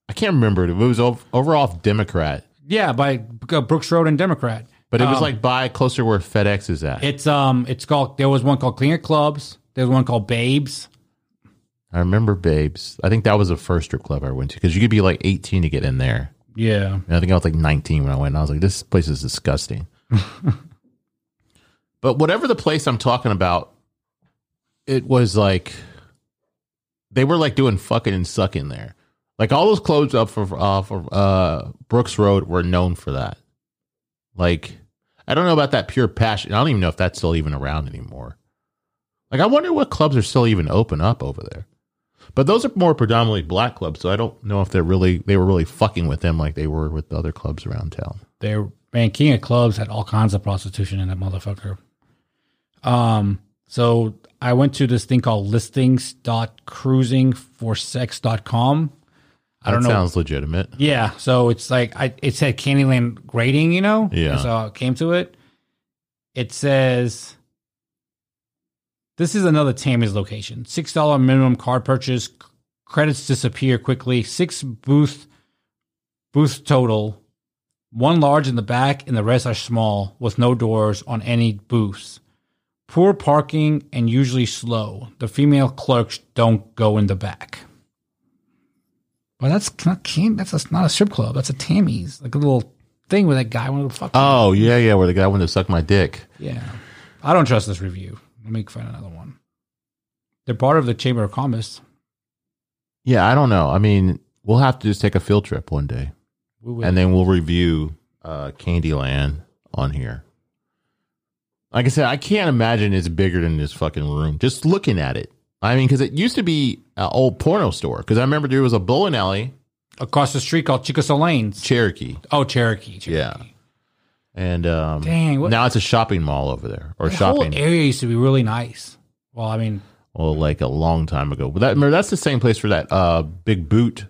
Speaker 1: I can't remember. It was ov- over off Democrat,
Speaker 2: Yeah, by uh, Brooks Road and Democrat.
Speaker 1: but it was
Speaker 2: Um,
Speaker 1: like by closer where FedEx is at.
Speaker 2: it's um it's called there was one called Cleaner Clubs. There's one called Babes.
Speaker 1: I remember Babes. I think that was the first strip club I went to because you could be like 18 to get in there.
Speaker 2: Yeah.
Speaker 1: And I think I was like 19 when I went. And I was like, this place is disgusting. but whatever the place I'm talking about, it was like they were like doing fucking and sucking there. Like all those clubs up for off of uh, Brooks Road were known for that. Like I don't know about that pure passion. I don't even know if that's still even around anymore. Like I wonder what clubs are still even open up over there. But those are more predominantly black clubs, so I don't know if they're really they were really fucking with them like they were with the other clubs around town.
Speaker 2: They're man, King of Clubs had all kinds of prostitution in that motherfucker. Um, so I went to this thing called listings.cruisingforsex.com. I don't
Speaker 1: that
Speaker 2: know.
Speaker 1: Sounds legitimate.
Speaker 2: Yeah, so it's like I it said Candyland grading, you know.
Speaker 1: Yeah.
Speaker 2: And so I came to it. It says this is another Tammy's location. Six dollar minimum card purchase. C- Credits disappear quickly. Six booth booth total. One large in the back, and the rest are small, with no doors on any booths. Poor parking and usually slow. The female clerks don't go in the back. Well, that's not can that's a, not a strip club. That's a Tammy's, like a little thing where that guy wanted to fuck.
Speaker 1: Oh yeah, yeah, where the guy wanted to suck my dick.
Speaker 2: yeah. I don't trust this review. Let me find another one. They're part of the Chamber of Commerce.
Speaker 1: Yeah, I don't know. I mean, we'll have to just take a field trip one day,
Speaker 2: We will.
Speaker 1: and then we'll review uh, Candyland on here. Like I said, I can't imagine it's bigger than this fucking room. Just looking at it, I mean, because it used to be an old porno store. Because I remember there was a bowling alley,
Speaker 2: across the street called Chickasha Lanes.
Speaker 1: Cherokee.
Speaker 2: oh, Cherokee. Cherokee.
Speaker 1: Yeah. And um,
Speaker 2: Dang, what-
Speaker 1: now it's a shopping mall over there or
Speaker 2: The
Speaker 1: shopping,
Speaker 2: whole area used to be really nice. Well, I mean,
Speaker 1: well, like a long time ago. But that remember that's the same place for that uh big boot.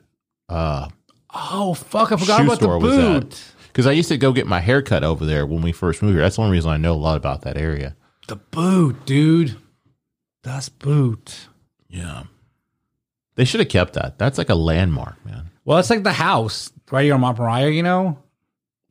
Speaker 1: Uh,
Speaker 2: oh fuck, I forgot
Speaker 1: Shoe
Speaker 2: about the
Speaker 1: store was that.
Speaker 2: boot.
Speaker 1: because I used to go get my hair cut over there when we first moved here. That's the only reason I know a lot about that area.
Speaker 2: The boot, dude. That's boot.
Speaker 1: Yeah, they should have kept that. That's like a landmark, man.
Speaker 2: Well, it's like the house right here on Mount Moriah, you know?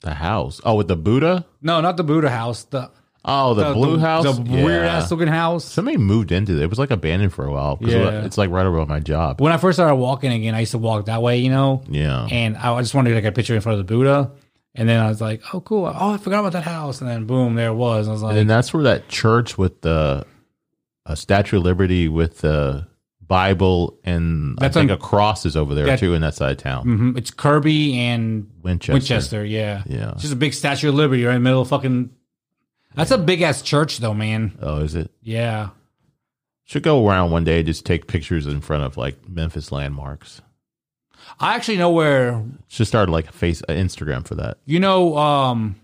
Speaker 1: The house. Oh, with the Buddha.
Speaker 2: No, not the Buddha house. The
Speaker 1: Oh, the, blue house.
Speaker 2: the
Speaker 1: Yeah.
Speaker 2: weird ass looking house.
Speaker 1: Somebody moved into it. It was like abandoned for a while. 'cause
Speaker 2: Yeah.
Speaker 1: It's like right over my job.
Speaker 2: When I first started walking again, I used to walk that way, you know,
Speaker 1: Yeah.
Speaker 2: and I I just wanted to get a picture in front of the Buddha. And then I was like, oh, cool. Oh, I forgot about that house. And then boom, there it was. I was like,
Speaker 1: And then that's where that church with the a Statue of Liberty with the Bible and
Speaker 2: That's
Speaker 1: I think
Speaker 2: on-
Speaker 1: a cross is over there
Speaker 2: Yeah.
Speaker 1: too in that side of town.
Speaker 2: mhm, it's Kirby and
Speaker 1: Winchester.
Speaker 2: Winchester. Yeah.
Speaker 1: Yeah.
Speaker 2: It's just a big Statue of Liberty right in the middle of fucking. That's a big ass church, though, man.
Speaker 1: Oh, is it?
Speaker 2: Yeah.
Speaker 1: Should go around one day just take pictures in front of like Memphis landmarks.
Speaker 2: I actually know where
Speaker 1: Should start like a face a Instagram for that.
Speaker 2: you know um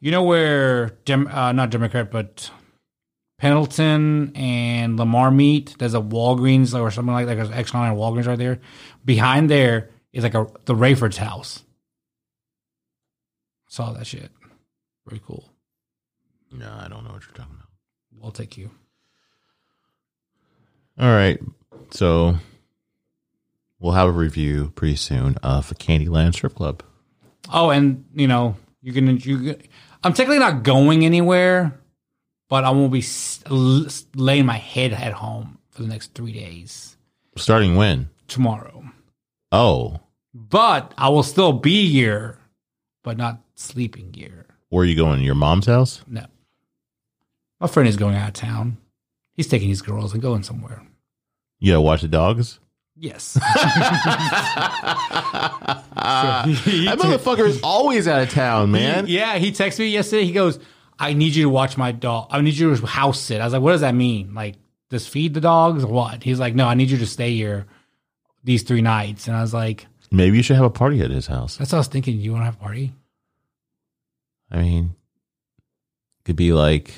Speaker 2: you know where Dem- uh, not Democrat but Pendleton and Lamar meet. There's a Walgreens or something like that. There's Exxon and Walgreens right there. Behind there is like a the Rayford's house. Saw that shit. Very cool.
Speaker 1: No, I don't know what you're talking about.
Speaker 2: I'll take you.
Speaker 1: All right, so we'll have a review pretty soon of Candyland Strip Club.
Speaker 2: Oh, and you know you can you. can- I'm technically not going anywhere, but I won't be s- l- laying my head at home for the next three days
Speaker 1: Starting when?
Speaker 2: tomorrow.
Speaker 1: Oh,
Speaker 2: But I will still be here, but not sleeping here.
Speaker 1: where are you going? Your mom's house?
Speaker 2: No, my friend is going out of town. He's taking his girls and going somewhere.
Speaker 1: You gotta watch the dogs.
Speaker 2: (laughs)
Speaker 1: (laughs)
Speaker 2: Yes.
Speaker 1: that motherfucker is always out of town, man.
Speaker 2: Yeah, he texted me yesterday. He goes, "I need you to watch my dog. I need you to house sit." I was like, "What does that mean? Like, just feed the dogs or what?" He's like, "No, I need you to stay here these three nights." And I was like,
Speaker 1: Maybe you should have a party at his house.
Speaker 2: "That's what I was thinking. You want to have a party?"
Speaker 1: I mean, could be like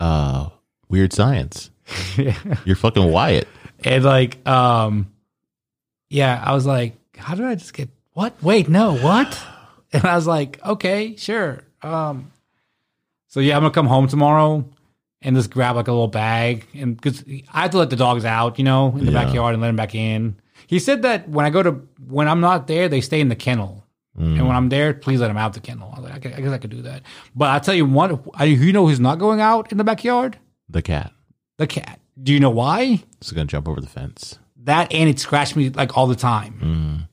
Speaker 1: uh weird (laughs) science.
Speaker 2: yeah.
Speaker 1: You're fucking Wyatt.
Speaker 2: And like, um, yeah, I was like, "How did I just get what? Wait, no, what?" (laughs) And I was like, "Okay, sure." Um, so yeah, I'm gonna come home tomorrow. and just grab like a little bag and because I have to let the dogs out, you know, in the
Speaker 1: Yeah.
Speaker 2: backyard and let them back in. He said that when I go to when I'm not there, they stay in the kennel, and when I'm there, please let them out the kennel. I was like, I guess- I guess I could do that, but I tell you one, I, you know who's not going out in the backyard?
Speaker 1: The cat
Speaker 2: The cat. Do you know why?
Speaker 1: is gonna jump over the fence.
Speaker 2: That and it scratched me like all the time.
Speaker 1: Mm.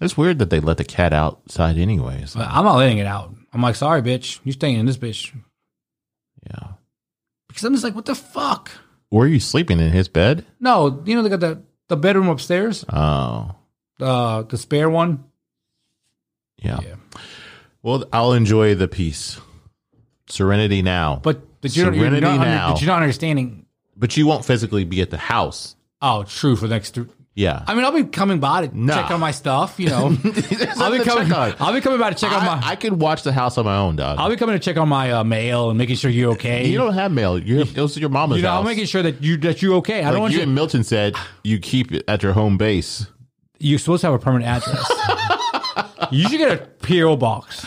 Speaker 1: It's weird that they let the cat outside anyways.
Speaker 2: But I'm not letting it out. I'm like, sorry, bitch, you staying in this bitch
Speaker 1: Yeah.
Speaker 2: because I'm just like, what the fuck?
Speaker 1: Were you sleeping in his bed?
Speaker 2: No, you know they got the the bedroom upstairs,
Speaker 1: Oh.
Speaker 2: uh, the spare one.
Speaker 1: Yeah.
Speaker 2: Yeah.
Speaker 1: Well, I'll enjoy the peace. Serenity now.
Speaker 2: But but you're, you're
Speaker 1: Serenity
Speaker 2: not under-
Speaker 1: now.
Speaker 2: but you're not understanding.
Speaker 1: but you won't physically be at the house.
Speaker 2: Oh, true. For the next, three,
Speaker 1: Yeah.
Speaker 2: I mean, I'll be coming by to
Speaker 1: Nah.
Speaker 2: check on my stuff.
Speaker 1: (laughs)
Speaker 2: You know, I'll
Speaker 1: nothing
Speaker 2: be
Speaker 1: to
Speaker 2: coming.
Speaker 1: check on.
Speaker 2: I'll be coming by to check on
Speaker 1: I,
Speaker 2: my.
Speaker 1: I could watch the house on my own, dog.
Speaker 2: I, will be coming to check on my uh, mail and making sure you're okay.
Speaker 1: you don't have mail. You have, it was your mama's
Speaker 2: You know, I'm
Speaker 1: house.
Speaker 2: making sure that you that you're okay. I don't
Speaker 1: like
Speaker 2: want
Speaker 1: you
Speaker 2: you.
Speaker 1: and Milton said, you keep it at your home base.
Speaker 2: You're supposed to have a
Speaker 1: (laughs)
Speaker 2: permanent address. you should get a PO box.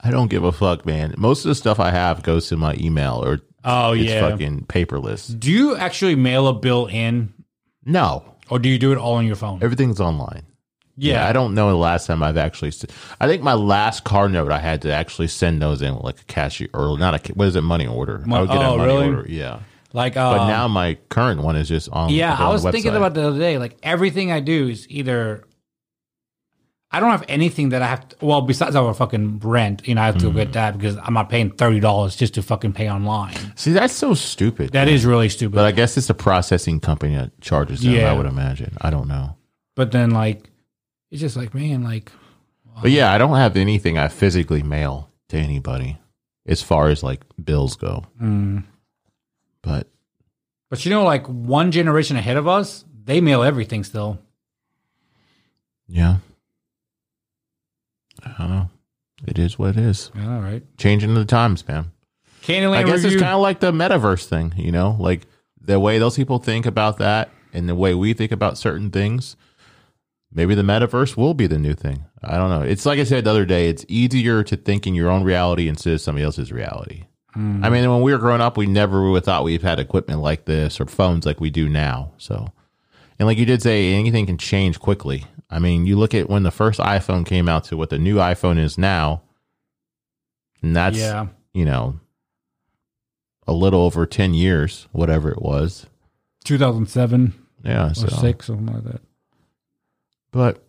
Speaker 1: I don't give a fuck, man. Most of the stuff I have goes to my email or
Speaker 2: Oh
Speaker 1: it's
Speaker 2: yeah.
Speaker 1: fucking paperless.
Speaker 2: do you actually mail a bill in,
Speaker 1: No,
Speaker 2: or do you do it all on your phone?
Speaker 1: everything's online.
Speaker 2: yeah,
Speaker 1: I don't know the last time I've actually. s- I think my last car note I had to actually send those in like a cashier or not a ca- what is it money order?
Speaker 2: Mon-
Speaker 1: I would get
Speaker 2: oh,
Speaker 1: a money
Speaker 2: really?
Speaker 1: order, yeah.
Speaker 2: Like, uh,
Speaker 1: But now my current one is just on.
Speaker 2: Yeah,
Speaker 1: on
Speaker 2: I was
Speaker 1: the
Speaker 2: thinking
Speaker 1: website.
Speaker 2: about the other day. Like everything I do is either I don't have anything that I have. To, well, besides our fucking rent, you know, I have to
Speaker 1: Mm.
Speaker 2: get that because I'm not paying thirty dollars just to fucking pay online.
Speaker 1: See, that's so stupid.
Speaker 2: That is really stupid.
Speaker 1: but I guess it's a processing company that charges them.
Speaker 2: Yeah.
Speaker 1: I would imagine. I don't know.
Speaker 2: but then like it's just like man, like
Speaker 1: But yeah, I don't have anything I physically mail to anybody as far as like bills go. But
Speaker 2: hmm. but you know, like one generation ahead of us, they mail everything still.
Speaker 1: yeah, I don't know. It is what it is.
Speaker 2: Yeah, all right,
Speaker 1: Changing the times, man.
Speaker 2: Candyland
Speaker 1: I guess
Speaker 2: review.
Speaker 1: it's kind of like the metaverse thing, you know, like the way those people think about that and the way we think about certain things. Maybe the metaverse will be the new thing. I don't know. It's like I said the other day, it's easier to think in your own reality instead of somebody else's reality.
Speaker 2: Hmm.
Speaker 1: I mean, when we were growing up, we never would have thought we've had equipment like this or phones like we do now. So, and like you did say, anything can change quickly. I mean, you look at when the first iPhone came out to what the new iPhone is now, and that's
Speaker 2: yeah,
Speaker 1: you know, a little over 10 years, whatever it was.
Speaker 2: two thousand seven
Speaker 1: Yeah. So,
Speaker 2: or six, something like that.
Speaker 1: but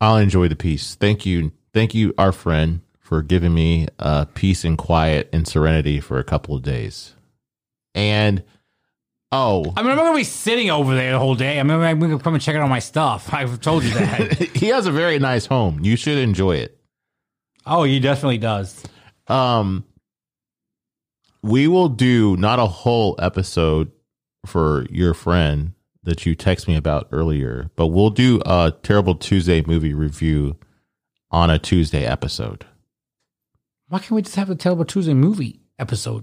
Speaker 1: I'll enjoy the peace. Thank you. Thank you, our friend, for giving me uh, peace and quiet and serenity for a couple of days. And, oh, (laughs)
Speaker 2: I mean, I'm not gonna be sitting over there the whole day. I mean, I'm gonna come and check out on my stuff. (laughs) I've told you (laughs) that.
Speaker 1: he has a very nice home. You should enjoy it.
Speaker 2: oh, he definitely does.
Speaker 1: Um, we will do not a whole episode for your friend that you text me about earlier, but we'll do a terrible Tuesday movie review on a Tuesday episode.
Speaker 2: Why can't we just have a Terrible Tuesday movie episode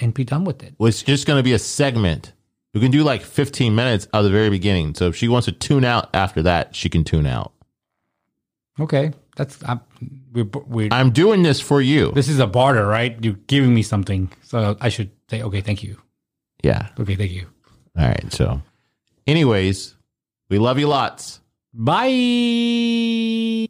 Speaker 2: and be done with it?
Speaker 1: Well, it's just going to be a segment. We can do like 15 minutes at the very beginning. So if she wants to tune out after that, she can tune out.
Speaker 2: Okay, that's I'm, we're we're
Speaker 1: I'm doing this for you.
Speaker 2: this is a barter, right? You're giving me something, so I should say, okay, thank you.
Speaker 1: Yeah.
Speaker 2: Okay, thank you.
Speaker 1: All right. So, anyways, we love you lots.
Speaker 2: Bye.